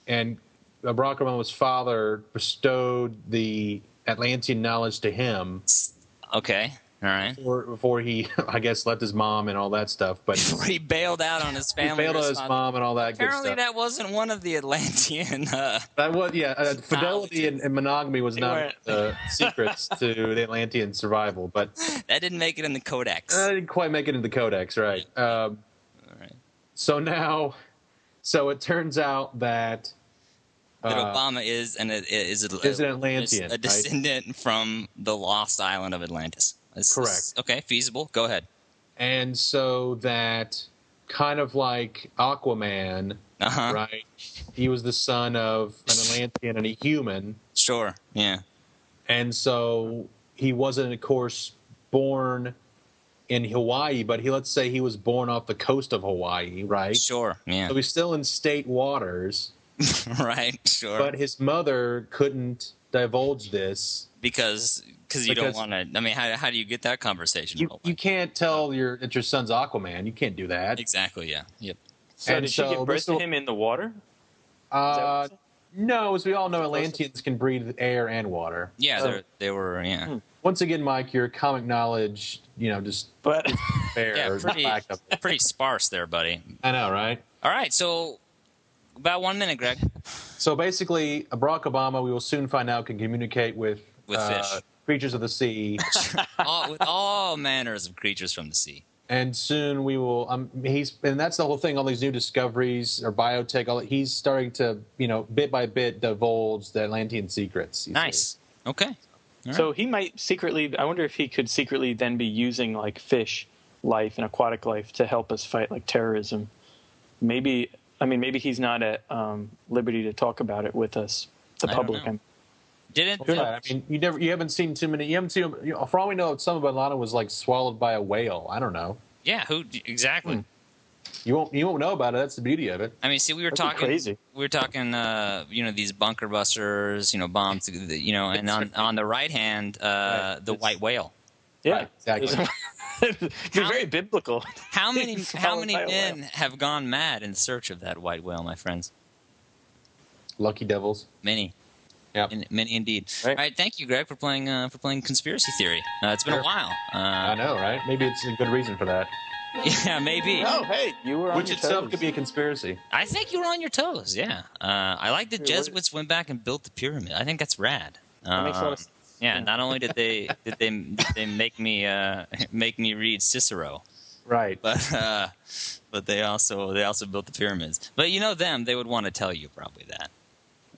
S2: and Barack Obama's father bestowed the Atlantean knowledge to him.
S1: Okay. All right.
S2: before, before he, *laughs* I guess, left his mom and all that stuff. But
S1: Before *laughs* he bailed out on his *laughs*
S2: he
S1: family.
S2: failed his
S1: responsi-
S2: mom and all that good
S1: Apparently,
S2: stuff. That,
S1: that wasn't one of the Atlantean. *laughs* Uh,
S2: was, yeah, uh, fidelity and, and monogamy was
S3: They
S2: not the secrets to the Atlantean survival, but
S1: that didn't make it in the Codex. *laughs*
S2: I didn't quite make it into the Codex, right? Um,
S1: All right.
S2: so now, so it turns out that
S1: That
S2: uh,
S1: Obama is an is a,
S2: is an Atlantean,
S1: a
S2: right?
S1: descendant from the lost island of Atlantis. This is-
S2: Correct.
S1: okay, feasible. Go ahead.
S2: and so that kind of like Aquaman,
S1: Uh huh.
S2: right? He was the son of an Atlantean and a human.
S1: Sure. Yeah.
S2: and so he wasn't, of course, born in Hawaii, but he let's say he was born off the coast of Hawaii, right?
S1: Sure. Yeah.
S2: So he's still in state waters,
S1: *laughs* right. Sure.
S2: but his mother couldn't divulge this.
S1: because because you
S2: Because-
S1: don't want to. I mean, how, how do you get that conversation?
S2: You,
S1: open?
S2: you can't tell your that your son's Aquaman. You can't do that.
S1: exactly. Yeah. Yep.
S3: So
S2: and
S3: did
S2: so
S3: she give birth
S2: this
S3: to
S2: will-
S3: him in the water? Is that what
S2: Uh,
S3: you said?
S2: no, as we all know, Atlanteans can breathe air and water.
S1: Yeah.
S3: So-
S1: they're they were. Yeah.
S3: Hmm.
S2: Once again, Mike, your comic knowledge, you know, just
S3: but
S1: *laughs*
S2: fair.
S1: Yeah,
S2: or
S1: pretty-
S2: lack of it.
S1: Pretty sparse there, buddy.
S2: I know, right?
S1: All right, so about one minute, Greg.
S2: So basically, Barack Obama, we will soon find out, can communicate with, uh,
S1: With fish.
S2: creatures of
S1: *laughs*
S2: the sea,
S1: All, with all manners of creatures from the sea.
S2: and soon we will. Um, he's and that's the whole thing. All these new discoveries or biotech. All he's starting to, you know, bit by bit divulge the Atlantean secrets. you see.
S1: Nice. Okay.
S3: so he might secretly. I wonder if he could secretly then be using like fish life and aquatic life to help us fight like terrorism. Maybe I mean maybe he's not at um, liberty to talk about it with us, the
S1: I don't
S3: public.
S1: know.
S3: I'm-
S1: Didn't
S2: Well, yeah, I mean, you never, you haven't seen too many. You haven't seen. You know, for all we know, some of Atlanta was like swallowed by a whale. I don't know.
S1: yeah? Who exactly?
S2: You won't. You won't know about it. That's the beauty of it.
S1: I mean, see, we were
S3: That'd be
S1: talking.
S3: crazy.
S1: We were talking. Uh, you know, these bunker busters. You know, bombs. You know, and on on the right hand, uh,
S2: Right.
S1: the
S2: It's-
S1: white whale.
S3: Yeah,
S2: Right, exactly.
S3: *laughs* It'd be very biblical.
S1: *laughs* How many
S3: It's
S1: how
S3: followed
S1: many
S3: by a whale.
S1: men have gone mad in search of that white whale, my friends?
S2: Lucky devils.
S1: Many.
S2: Yep.
S1: In- many indeed.
S3: Right.
S1: All right, thank you, Greg, for playing uh, for playing conspiracy theory. Uh, it's been a
S2: Sure.
S1: while. Uh,
S2: I know, right? Maybe it's a good reason for that.
S1: *laughs* Yeah, maybe.
S3: No, hey, you were on
S2: which
S3: your
S2: itself
S3: toes.
S2: could be a conspiracy.
S1: I think you were on your toes. Yeah. Uh, I like the
S3: what-
S1: Jesuits went back and built the pyramid. I think that's rad. Um,
S3: makes a lot of sense.
S1: yeah. Not only did they did they did they make me uh, *laughs* make me read Cicero,
S2: Right.
S1: but *laughs* uh, but they also they also built the pyramids. But you know them; they would want to tell you probably that.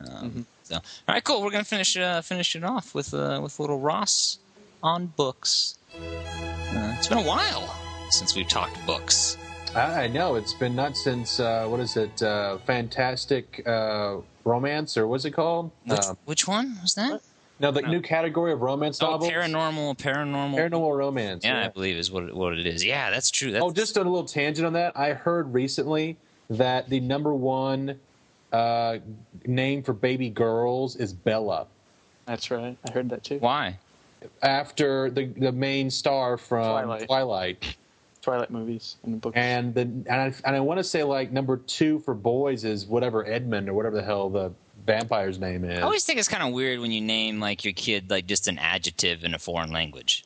S1: Um,
S2: Mm-hmm.
S1: So, all right, cool. We're gonna finish uh, finish it off with uh, with little Ross on books. Uh, it's been a while since we've talked books.
S2: I, I know it's been nuts since uh, what is it? Uh, Fantastic uh, romance, or what's it called?
S1: Which,
S2: Um,
S1: which one was that?
S2: no, the
S1: no.
S2: new category of romance
S1: Oh,
S2: novels.
S1: paranormal, paranormal,
S2: Paranormal romance.
S1: Yeah, I believe is what it, what it is. Yeah, that's true. That's,
S2: Oh, just on a little tangent on that, I heard recently that the number one uh, name for baby girls is Bella,
S3: That's right. I heard that too.
S1: why?
S2: after the the main star from
S3: Twilight.
S2: Twilight.
S3: Twilight movies and the book.
S2: And the and I, and I want to say like number two for boys is whatever Edmund or whatever the hell the vampire's name is.
S1: I always think it's kind of weird when you name like your kid like just an adjective in a foreign language.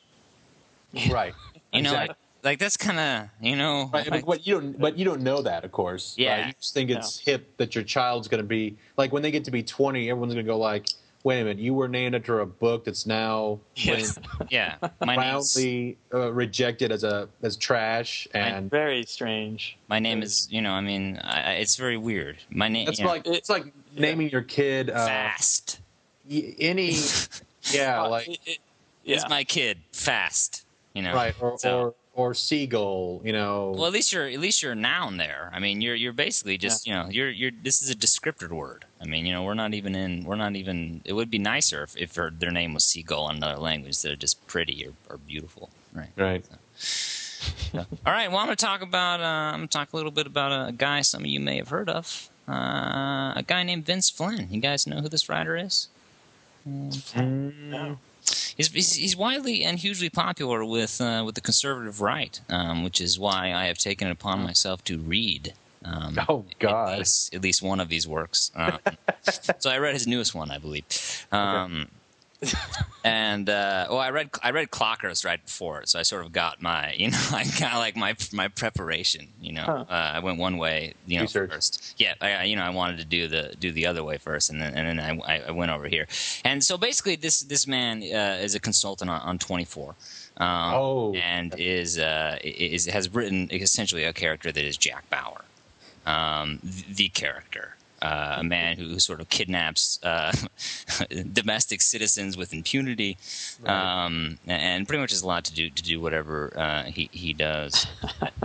S2: Right.
S1: *laughs* You know,
S2: Exactly.
S1: like, like that's kind of you know.
S2: Right,
S1: like-
S2: but, but you don't. But you don't know that, of course.
S1: Yeah.
S2: right? you just think it's hip that your child's going to be like when they get to be twenty, everyone's going to go like, "Wait a minute, you were named after a book that's now
S3: Yes.
S2: *laughs*
S1: yeah, my name's,
S2: roundly uh, rejected as a as trash," and
S3: Very strange.
S1: my name is you know. I mean, I, I- it's very weird. My name.
S2: that's
S1: you know,
S2: like it's like naming your kid uh,
S1: fast.
S2: y-
S1: *laughs*
S2: any, yeah,
S3: Uh,
S2: like
S3: it- it- yeah.
S1: It's my kid fast. You know.
S2: right or,
S1: so-
S2: or or seagull, you know.
S1: Well, at least you're at least you're a noun there. I mean, you're you're basically just you know you're you're this is a descriptor word. I mean, you know, we're not even in we're not even. It would be nicer if, if her, their name was seagull in another language. They're just pretty or, or beautiful, right?
S2: Right.
S1: All right. Well, I'm going to talk about uh, I'm going to talk a little bit about a guy some of you may have heard of, uh, a guy named Vince Flynn. You guys know who this writer is?
S3: No.
S1: He's, he's, he's widely and hugely popular with uh, with the conservative right, um, which is why I have taken it upon myself to read. Um,
S2: Oh
S1: at
S2: God.
S1: least, at least one of these works.
S2: *laughs*
S1: Um, so I read his newest one, I believe. Um, and uh, well, I read I read Clockers right before, it, so I sort of got my you know *laughs* I got like my my preparation. You know,
S3: Huh.
S1: uh, I went one way, you know,
S2: Research.
S1: first. Yeah, I, I- you know, I wanted to do the do the other way first, and then and then I, I- I went over here. And so basically, this this man uh, is a consultant on, on Twenty Four. Um,
S2: Oh.
S1: and is uh, i- is has written essentially a character that is Jack Bauer um, th- the character, uh, a man who sort of kidnaps uh, *laughs* domestic citizens with impunity, um, and pretty much is allowed to do to do whatever uh, he he does,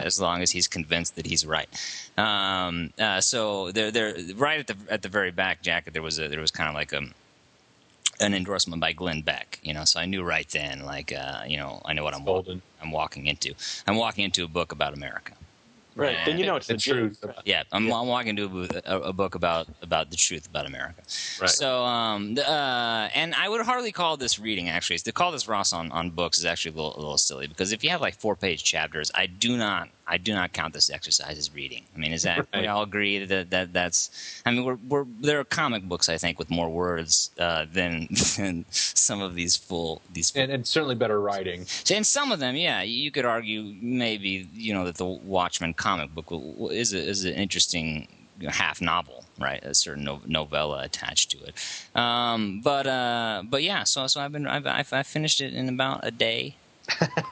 S1: as long as he's convinced that he's right. Um, uh, so there, there, right at the at the very back, Jack, there was a there was kind of like a an endorsement by Glenn Beck, you know, so I knew right then, like, uh, you know, I know what I'm
S2: Golden.
S1: I'm walking into. I'm walking into a book about America.
S3: Right. Then you know it's
S2: The
S3: legit.
S2: truth.
S3: Right.
S1: Yeah, I'm, I'm walking to a, bo- a, a book about about the truth about America.
S2: Right.
S1: So, um, the, uh, and I would hardly call this reading actually. To call this Ross on, on books is actually a little, a little silly because if you have like four page chapters, I do not I do not count this exercise as reading. I mean, is that we
S2: Right.
S1: all agree that that that's? I mean, we're, we're there are comic books I think with more words uh, than *laughs* than some of these full these full
S2: And, and certainly better writing.
S1: and some of them, yeah, you could argue maybe you know that the Watchmen comic book w- w- is a, is an interesting you know, half novel, right? A certain no- novella attached to it. Um, but uh, but yeah, so so I've been I've, I've, I finished it in about a day.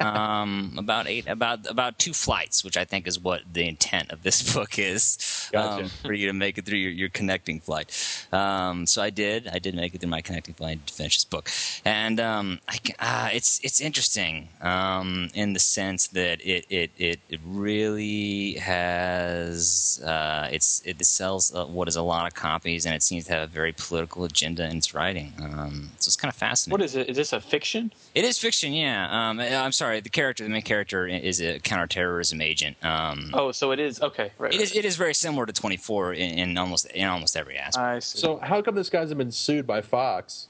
S1: um, about eight, about about two flights, which I think is what the intent of this *laughs* book is
S2: Gotcha.
S1: um, for you to make it through your, your connecting flight. Um, so I did. I did make it through my connecting flight to finish this book, and um, I, ca- ah, it's it's interesting um, in the sense that it it, it, it really has uh, it's it sells uh, what is a lot of copies, and it seems to have a very political agenda in its writing. Um, so it's kind of fascinating.
S3: What is it? Is this a fiction?
S1: It is fiction, yeah. Um, I'm sorry, the character, the main character, i- is a counterterrorism agent. Um,
S3: Oh, so it is. Okay. Right.
S1: it is.
S3: right.
S1: It is very similar to 24 in, in almost in almost every aspect.
S3: I see.
S2: So how come this guy hasn't been sued by Fox?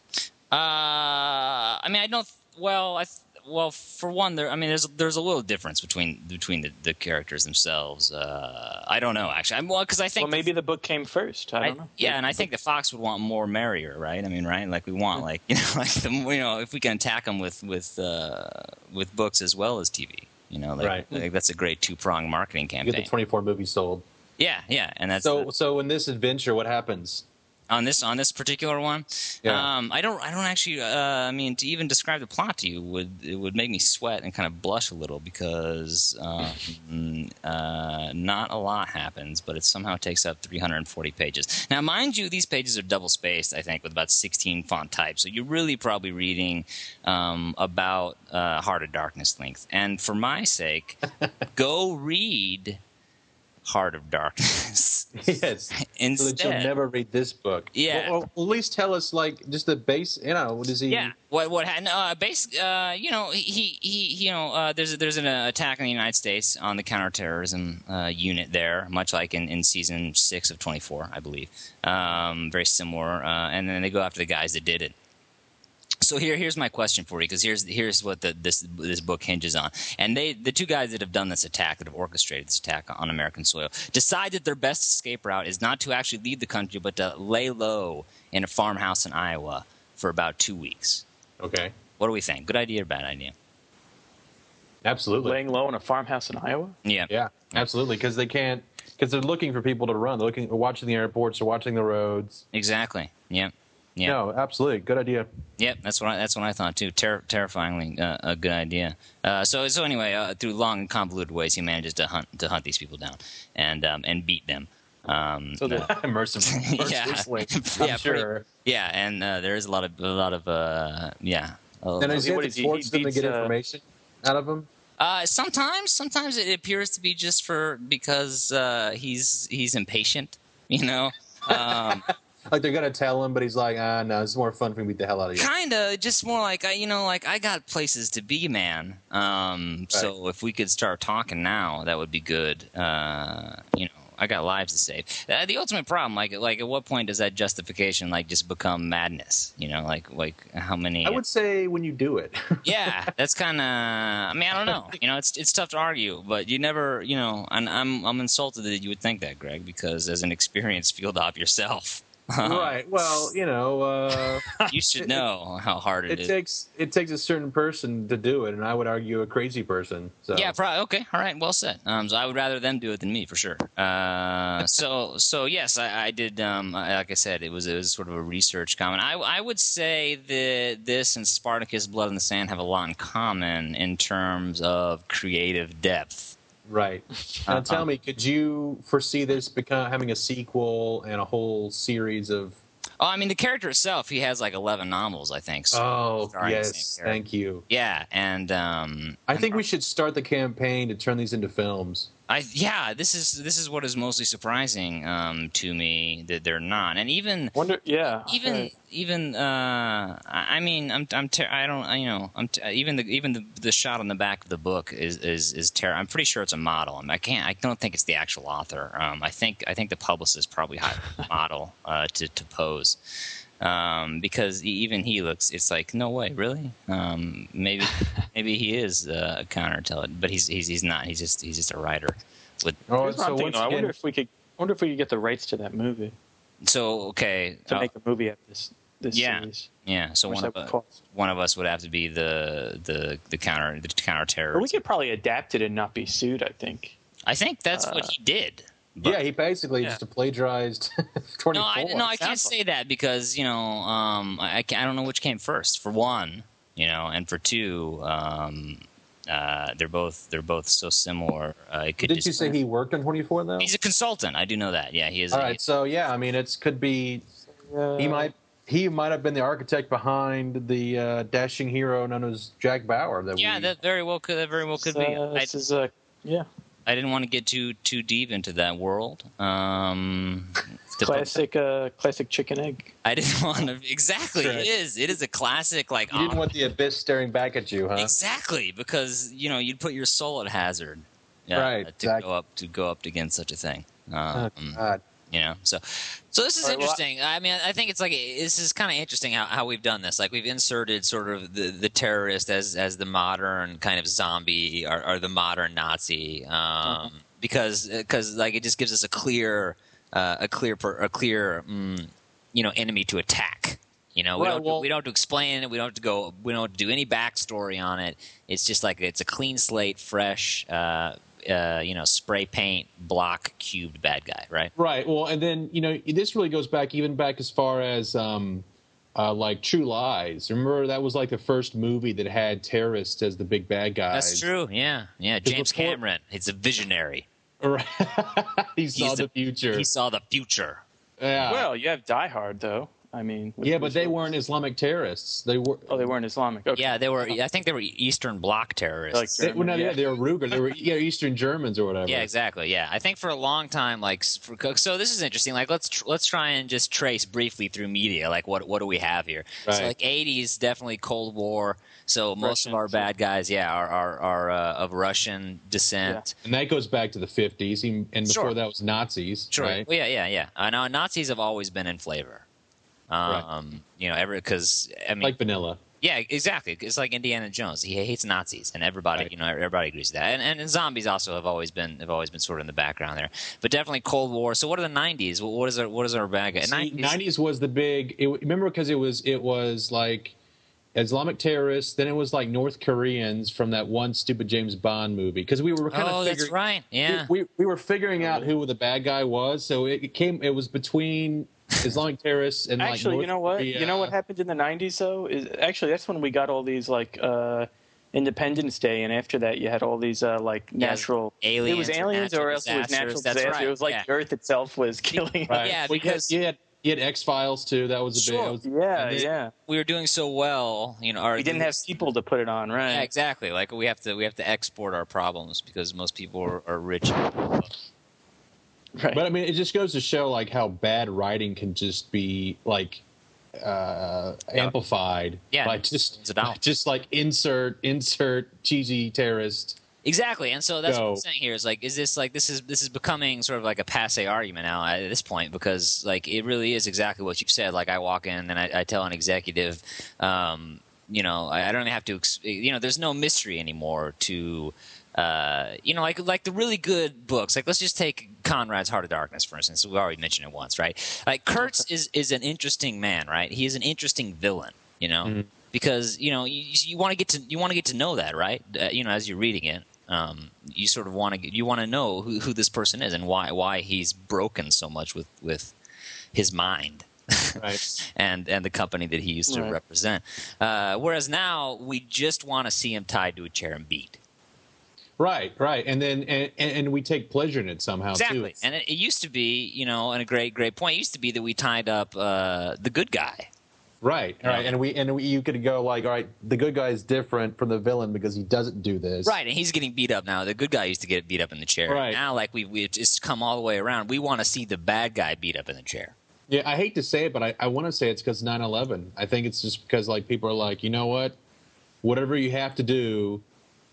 S1: Uh, I mean, I don't. Well, I th- well for one, there. I mean, there's there's a little difference between between the, the characters themselves. Uh, I don't know actually. I'm, well, because I think
S3: well, maybe the book came first. I
S1: I-
S3: don't know.
S1: yeah, and I think the Fox would want more merrier, right? I mean, right? Like *laughs* we want, like you know, like the, you know, if we can attack them with with uh, with books as well as TV, You know, like,
S2: Right.
S1: like that's a great two prong marketing
S2: You
S1: campaign.
S2: get the 24 movies sold.
S1: yeah, yeah, and that's
S2: So, so in this adventure, what happens? *laughs*
S1: on this on this particular one.
S2: Yeah.
S1: Um, I don't I don't actually uh, I mean to even describe the plot to you would it would make me sweat and kind of blush a little because um, mm, uh, not a lot happens, but it somehow takes up 340 pages. Now, mind you, these pages are double spaced, I think, with about 16 font types, so you're really probably reading um, about uh, Heart of Darkness length. And for my sake, go read. Heart of Darkness.
S2: yes, so that you'll
S1: Instead,
S2: never read this book.
S1: Yeah.
S2: Or, or at least tell us like just the base. You know, what does he?
S1: Yeah. What what happened? Uh, basically, uh, you know, he, he he you know, uh, there's there's an uh, attack on the United States on the counterterrorism uh, unit there, much like in, in season six of 24, I believe. Um, very similar. Uh, and then they go after the guys that did it. So here, here's my question for you, because here's here's what the, this this book hinges on. And they, the two guys that have done this attack, that have orchestrated this attack on American soil, decide that their best escape route is not to actually leave the country, but to lay low in a farmhouse in Iowa for about two weeks.
S2: Okay.
S1: What do we think? Good idea or bad idea?
S2: Absolutely.
S3: Laying low in a farmhouse in Iowa.
S1: Yeah.
S2: Yeah. Absolutely. Because they can't. Because they're looking for people to run. They're looking, they're watching the airports. They're watching the roads.
S1: Exactly. Yeah. Yeah.
S2: No, absolutely. Good idea.
S1: Yep, that's what I, that's what I thought too. Ter- terrifyingly uh, a good idea. Uh, so so anyway, uh, through long and convoluted ways, he manages to hunt to hunt these people down and um, and beat them. Um, *laughs*
S3: So
S2: *laughs*
S3: the,
S2: Mercifully.
S1: Yeah. *laughs*
S2: mercilessly, I'm
S1: Yeah, pretty-
S2: sure.
S1: yeah, and uh, there is a lot of a lot of uh, yeah. a
S2: Then
S1: lot-
S2: is he,
S3: What
S2: what
S3: is
S2: is
S3: he- he
S2: forced them to
S3: beats,
S2: get
S3: uh,
S2: information out of him?
S1: Uh, sometimes, sometimes it appears to be just for because uh, he's he's impatient, you
S2: *laughs*
S1: know. Um,
S2: Like they're gonna tell him, but he's like, ah, no, it's more fun for me to beat the hell out of you.
S1: kind of just more like I, you know like i got places to be man um so if we could start talking now that would be good uh you know i got lives to save uh, the ultimate problem like like at what point does that justification like just become madness you know like like how many
S2: I would say when you do it.
S1: *laughs*
S2: *laughs*
S1: yeah, that's kind of. I mean, I don't know. You know, it's it's tough to argue, but you never, you know, and I'm I'm insulted that you would think that, Greg, because as an experienced field op yourself, *laughs*
S2: right. Well, you know,
S3: *laughs*
S2: uh,
S1: you should know how hard
S2: it takes it takes a certain person to do it, and I would argue a crazy person. So
S1: Yeah, probably. Okay, all right, well said. Um, so I would rather them do it than me for sure. *laughs* Uh, so so yes, I, I did. Um, I- like I said, it was it was sort of a research comment. I I would say that this and Spartacus: Blood in the Sand have a lot in common in terms of creative depth.
S3: *laughs*
S2: right. Now
S1: Uh-huh.
S2: tell me, could you foresee this become having a sequel and a whole series of?
S1: Oh, I mean, the character itself, he has like eleven novels, I think. So.
S2: Oh
S1: Starring the
S2: yes,
S1: same character.
S2: thank you.
S1: Yeah, and um,
S2: I think we should start the campaign to turn these into films.
S1: I yeah, this is this is what is mostly surprising um, to me that they're not, and even
S3: wonder, yeah.
S1: even
S3: right.
S1: even uh i I mean i'm i'm ter- i don't I, you know i'm t- even the even the, the shot on the back of the book is is is terrible i'm pretty sure it's a model and i can't i don't think it's the actual author um i think i think the publicist probably hired
S3: *laughs*
S1: a model uh to to pose um because e- even he looks it's like no way really um
S3: *laughs*
S1: maybe maybe he is uh, a counterintelligent but he's he's he's not he's just he's just a writer with
S2: Oh,
S3: Here's what I'm thinking, though. I wonder if we could. I wonder if we could get the rights to that movie
S1: so okay
S3: to
S1: uh,
S3: make a movie out of this this
S1: Yeah.
S3: series.
S1: yeah so
S3: How much
S1: one
S3: that
S1: of,
S3: would
S1: uh,
S3: cost.
S1: one of us would have to be the the the counter the counterterror.
S3: Or we could probably adapt it and not be sued. I think.
S1: I think that's what
S3: uh,
S1: he did. but-
S2: yeah, he basically
S1: Yeah.
S2: just plagiarized *laughs* twenty
S1: no,
S2: four.
S1: I, no, I can't say that because you know um, I I ca- I don't know which came first. For one, you know, and for two, um, uh, they're both they're both so similar. Uh, it could
S2: Did
S1: just,
S2: you say he worked on twenty four though?
S1: He's a consultant. I do know that. Yeah, he is.
S2: All
S1: a-
S2: right, so yeah, I mean, it's could be
S3: Uh,
S2: he might he might have been the architect behind the uh, dashing hero known as Jack Bauer. That
S1: yeah,
S2: we,
S1: that very well could that very well could be.
S3: Uh,
S1: I,
S3: this is a yeah
S1: I didn't want to get too too deep into that world. Um, to put-
S3: classic uh, classic chicken egg.
S1: I didn't *laughs* want to. Exactly,
S2: That's
S1: it
S2: right.
S1: is. It is a classic. Like uh,
S2: you didn't want uh, the abyss staring back at you, huh?
S1: Exactly, because you know you'd put your soul at hazard, yeah,
S2: Right,
S1: to
S2: exact-
S1: go up to go up against such a thing. Um,
S2: God.
S1: you know, so so this is
S3: All right, well, I-
S1: interesting. I mean, I think it's like this is kind of interesting how, how we've done this. Like we've inserted sort of the, the terrorist as as the modern kind of zombie or, or the modern Nazi,
S3: Uh-huh.
S1: um, because because like it just gives us a clear uh, a clear per, a clear mm, you know enemy to attack. You know, we
S2: Right,
S1: don't
S2: well-
S1: we don't have to explain it. We don't have to go. We don't have to do any backstory on it. It's just like it's a clean slate, fresh. Uh, uh, you know, spray paint block cubed bad guy, right?
S2: Right. Well, and then you know this really goes back even back as far as um, uh, like True Lies. Remember that was like the first movie that had terrorists as the big bad guys.
S1: That's true. Yeah, yeah. James
S2: before-
S1: Cameron, he's a visionary.
S2: *laughs* Right. he saw
S1: He's
S2: the
S1: a-
S2: future.
S1: He saw the future.
S2: Yeah.
S3: Well, you have Die Hard though. I mean, which-
S2: Uh, yeah, but
S3: which
S2: they
S3: was-
S2: weren't Islamic terrorists. They were.
S3: Oh, they weren't Islamic. Okay.
S1: Yeah, they were. I think they were Eastern Bloc terrorists.
S3: Like,
S2: They, well, no,
S3: Yeah.
S2: yeah, they were Ruger. They were yeah, Eastern Germans or whatever.
S1: Yeah, exactly. Yeah, I think for a long time, like, s- for, so this is interesting. Like, let's tr- let's try and just trace briefly through media. Like, what what do we have here? So,
S2: Right.
S1: like, '80s definitely Cold War. So most of
S3: Russian.
S1: our bad guys, yeah, are are, are uh, of Russian descent.
S2: And that goes back to the fifties, and before
S1: Sure.
S2: that was Nazis.
S1: Sure.
S2: Right.
S1: Well, yeah, yeah, yeah. I know Nazis have always been in flavor. Um, you know, ever because I mean,
S2: Like vanilla.
S1: Yeah, exactly. It's like Indiana Jones. He hates Nazis, and everybody,
S2: Right.
S1: you know, everybody agrees with that. And, and and zombies also have always been have always been sort of in the background there. But definitely Cold War. So what are the nineties? What what is our what is our bag?
S2: Nineties was the big. It, remember, because it was it was like Islamic terrorists. Then it was like North Koreans from that one stupid James Bond movie. Because we were kind
S1: Oh,
S2: of
S1: that's
S2: figuring.
S1: right. Yeah.
S2: We, we we were figuring out who the bad guy was. So it, it came. It was between Islamic terrorists and like
S3: Actually,
S2: North
S3: you know what? You
S2: Korea.
S1: uh,
S3: know what happened in the '90s though is actually that's when we got all these like uh, Independence Day, and after that you had all these uh, like natural It
S1: aliens
S3: was
S1: or
S3: aliens, or
S1: natural
S3: else it was
S1: disasters.
S3: natural
S1: That's
S3: disaster.
S1: right,
S3: It was like
S1: yeah.
S3: the Earth
S1: *laughs*
S3: itself was killing.
S1: Yeah,
S2: Right. Well, you had-
S1: because-
S2: you had, you had X Files too. That was a big.
S1: Sure.
S2: that was-
S3: us. Yeah,
S2: and then-
S3: yeah.
S1: We were doing so well, you know. Our,
S3: We didn't have people to put it on, right?
S1: Yeah, exactly. Like we have to we have to export our problems because most people are, are rich.
S3: Right.
S2: But I mean, it just goes to show like how bad writing can just be like uh, amplified.
S1: Yeah.
S2: Like just
S1: It's about-
S2: *laughs* just like insert insert cheesy terrorist.
S1: Exactly, and so that's what I'm
S2: Go.
S1: saying here is like, is this like this is this is becoming sort of like a passe argument now at this point because like it really is exactly what you said. Like I walk in and I, I tell an executive, um, you know, I, I don't even have to, ex- you know, there's no mystery anymore to, uh, you know, like like the really good books. Like let's just take Conrad's Heart of Darkness for instance. We already mentioned it once, right? Like Kurtz is is an interesting man, right? He is an interesting villain, you know. Because you know you, you want to get to you want to get to know that right uh, you know as you're reading it um, you sort of want to you want to know who, who this person is and why why he's broken so much with with his mind
S2: Right.
S1: and and the company that he used to
S3: Right.
S1: represent. Uh, whereas now we just want to see him tied to a chair and beat.
S2: right. Right. And then and, and and we take pleasure in it somehow
S1: Exactly.
S2: too.
S1: And it, it used to be you know and a great great point it used to be that we tied up uh, the good guy.
S2: Right. Right.
S1: Yeah.
S2: And we and we, you could go like, all right, the good guy is different from the villain because he doesn't do this.
S1: Right, and he's getting beat up now. The good guy used to get beat up in the chair.
S2: Right.
S1: Now, like we we just come all the way around. We want to see the bad guy beat up in the chair.
S2: Yeah, I hate to say it, but I, I want to say it's because 9-11. I think it's just because like people are like, you know what, whatever you have to do,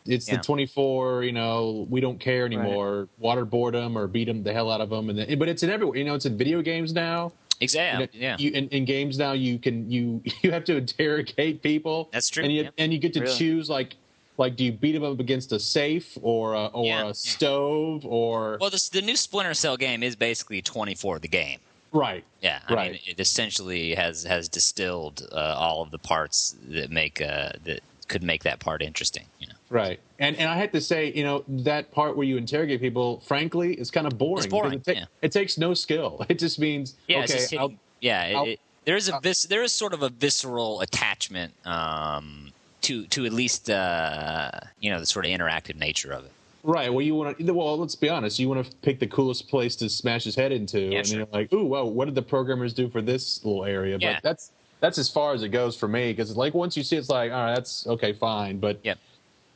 S2: it's
S1: Yeah.
S2: the twenty four. You know, we don't care anymore. Waterboard them or beat them the hell out of them, and then, but it's in everywhere. You know, it's in video games now.
S1: Exactly.
S2: And it-
S1: Yeah.
S2: You, in, in games now, you can you *laughs* you have to interrogate people.
S1: That's true,
S2: And you
S1: yeah.
S2: and you get to
S3: Really.
S2: choose like like do you beat them up against a safe or a, or
S1: Yeah.
S2: a stove or
S1: Well, this, the new Splinter Cell game is basically 24 the game.
S2: right.
S1: Yeah, I mean,
S2: Right.
S1: it essentially has has distilled uh, all of the parts that make uh, that could make that part interesting. You know,
S2: Right. And and I had to say, you know, that part where you interrogate people, frankly, is kind of boring.
S1: It's boring,
S2: because It,
S1: yeah.
S2: it takes no skill. *laughs* It just means
S1: yeah, it's
S2: okay,
S1: just hitting-
S2: I'll-
S1: yeah, it-
S2: I'll- uh,
S1: it- there is a vis- there is sort of a visceral attachment um, to to at least uh, you know the sort of interactive nature of it.
S2: right. Well, you want to. Well, let's be honest. You want to pick the coolest place to smash his head into, and
S1: sure.
S2: then you're like, ooh, wow, what did the programmers do for this little area?
S1: Yeah.
S2: But that's that's as far as it goes for me because like once you see, it, it's like, all right, that's okay, fine. But
S1: Yep.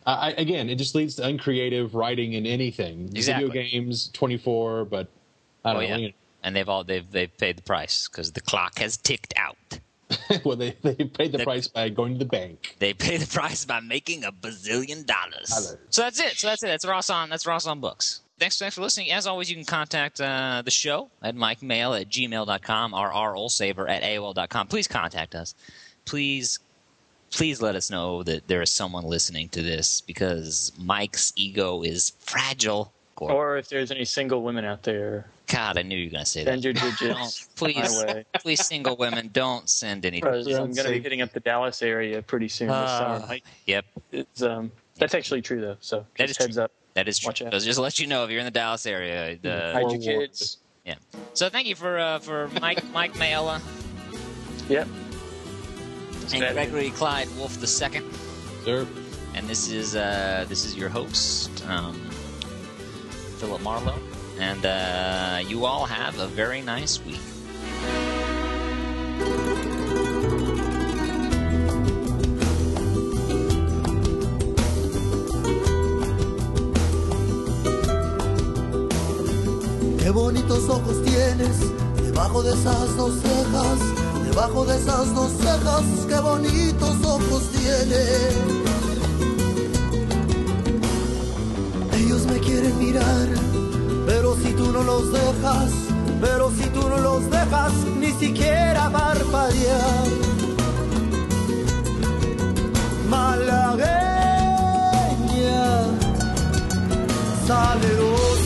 S2: I, I- again, it just leads to uncreative writing in anything.
S1: Exactly.
S2: Video games, twenty four, but I
S1: Oh
S2: don't know.
S1: yeah,
S2: you know.
S1: and they've all they've they've paid the price because the clock has ticked out.
S2: *laughs* well, they they paid the
S1: The-
S2: price by going to the bank.
S1: They pay the *laughs* price by making a bazillion dollars.
S2: Dollars.
S1: So that's it. So that's it. That's Ross on. That's Ross on Books. Thanks, thanks for listening. As always, you can contact uh, the show at mikemail at gmail.com or rolsaver at AOL.com. Please contact us. Please, please let us know that there is someone listening to this because Mike's ego is fragile hardcore.
S3: Or if there's any single women out there,
S1: God, I knew you were going to say that.
S3: send
S1: *laughs*
S3: your digits
S1: Please,
S3: my way.
S1: please, single women, don't send anything.
S3: Because I'm going to be
S2: Sensei.
S3: hitting up the Dallas area pretty soon. this
S1: Uh,
S3: summer. Like,
S1: Yep,
S3: it's, um, that's actually true though. So
S1: That
S3: just
S1: is
S3: heads
S1: true.
S3: up.
S1: that is true.
S3: Watch out.
S1: So just to let you know if you're in the Dallas area. The,
S3: Hide your
S2: Forewarned.
S3: kids.
S1: yeah. So thank you for uh, for Mike Mike Mayella
S3: Yep.
S1: and
S3: That-
S1: Gregory Clyde Wolf the second.
S2: Sir,
S1: and this is uh, this is your host, um, Philip Marlowe, and uh, you all have a very nice week.
S4: Qué bonitos ojos tienes debajo de esas dos cejas, debajo de esas dos cejas, qué bonitos ojos tienes. Ellos me quieren mirar, pero si tú no los dejas, pero si tú no los dejas, ni siquiera parpadear. Malagueña,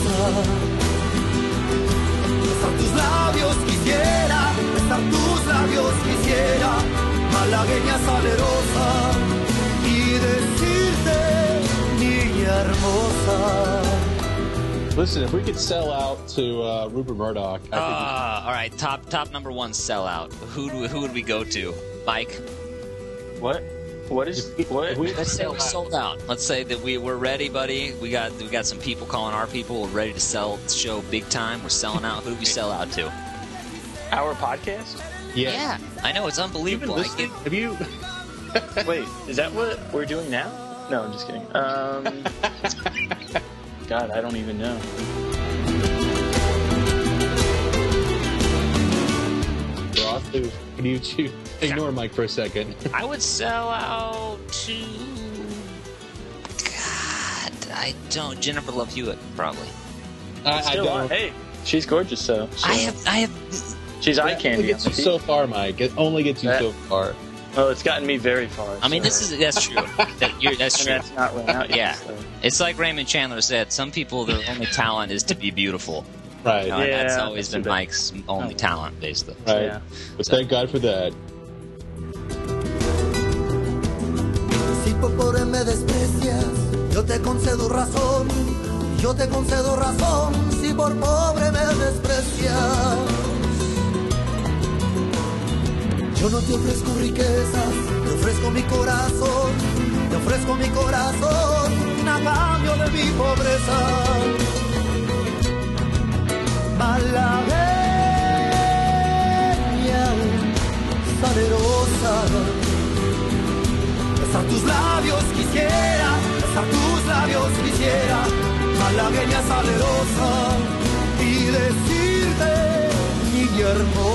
S4: salerosa. Besar tus labios quisiera, besar tus labios quisiera, malagueña salerosa, y decirte, niña hermosa.
S2: listen, if we could sell out to uh, Rupert Murdoch, I
S3: Ah.
S1: Uh,
S2: think
S1: all right, top top number one sellout. Who do, who would we go to? Mike.
S3: What? What is what?
S2: if we-
S1: Let's say we sold out. Let's say that we were ready, buddy. We got we got some people calling our people. We're ready to sell the show big time. We're selling out. Who do we sell out to?
S3: Our podcast?
S1: Yeah, I know it's
S2: You've been
S1: unbelievable. I
S2: listening?
S1: get-
S2: Have you?
S3: *laughs* Wait, is that what we're doing now? No, I'm just kidding. Um, God, I don't even know.
S2: Ross, please, can you choose? Ignore Mike for a second. *laughs*
S1: I would sell out to God. I don't Jennifer Love Hewitt probably.
S2: I, I
S3: Still on.
S2: don't.
S3: Hey, she's gorgeous though. So.
S1: I have I have
S3: She's eye
S2: Only
S3: candy.
S2: gets
S3: on
S2: you
S3: the feet.
S2: so far, Mike. It only gets you
S3: That-
S2: so far.
S3: oh, it's gotten me very far.
S1: I mean
S3: so-
S1: this is that's *laughs* true. That- you're- that's
S3: and
S1: true.
S3: that's not run out yet.
S1: Yeah.
S3: so.
S1: It's like Raymond Chandler said, some people their only talent is to be beautiful.
S2: Right.
S1: You know, and
S3: Yeah,
S1: that's always been
S3: that's too bad. Oh.
S1: Mike's only talent basically.
S2: Right.
S3: Yeah.
S2: But thank God for that.
S4: Si por pobre me desprecias, yo te concedo razón, yo te concedo razón, si por pobre me desprecias. Yo no te ofrezco riquezas, te ofrezco mi corazón, te ofrezco mi corazón a cambio de mi pobreza. Malagueña, salerosa. Besar tus labios quisiera, besar tus labios quisiera, malagueña salerosa, y decirte, niña hermosa.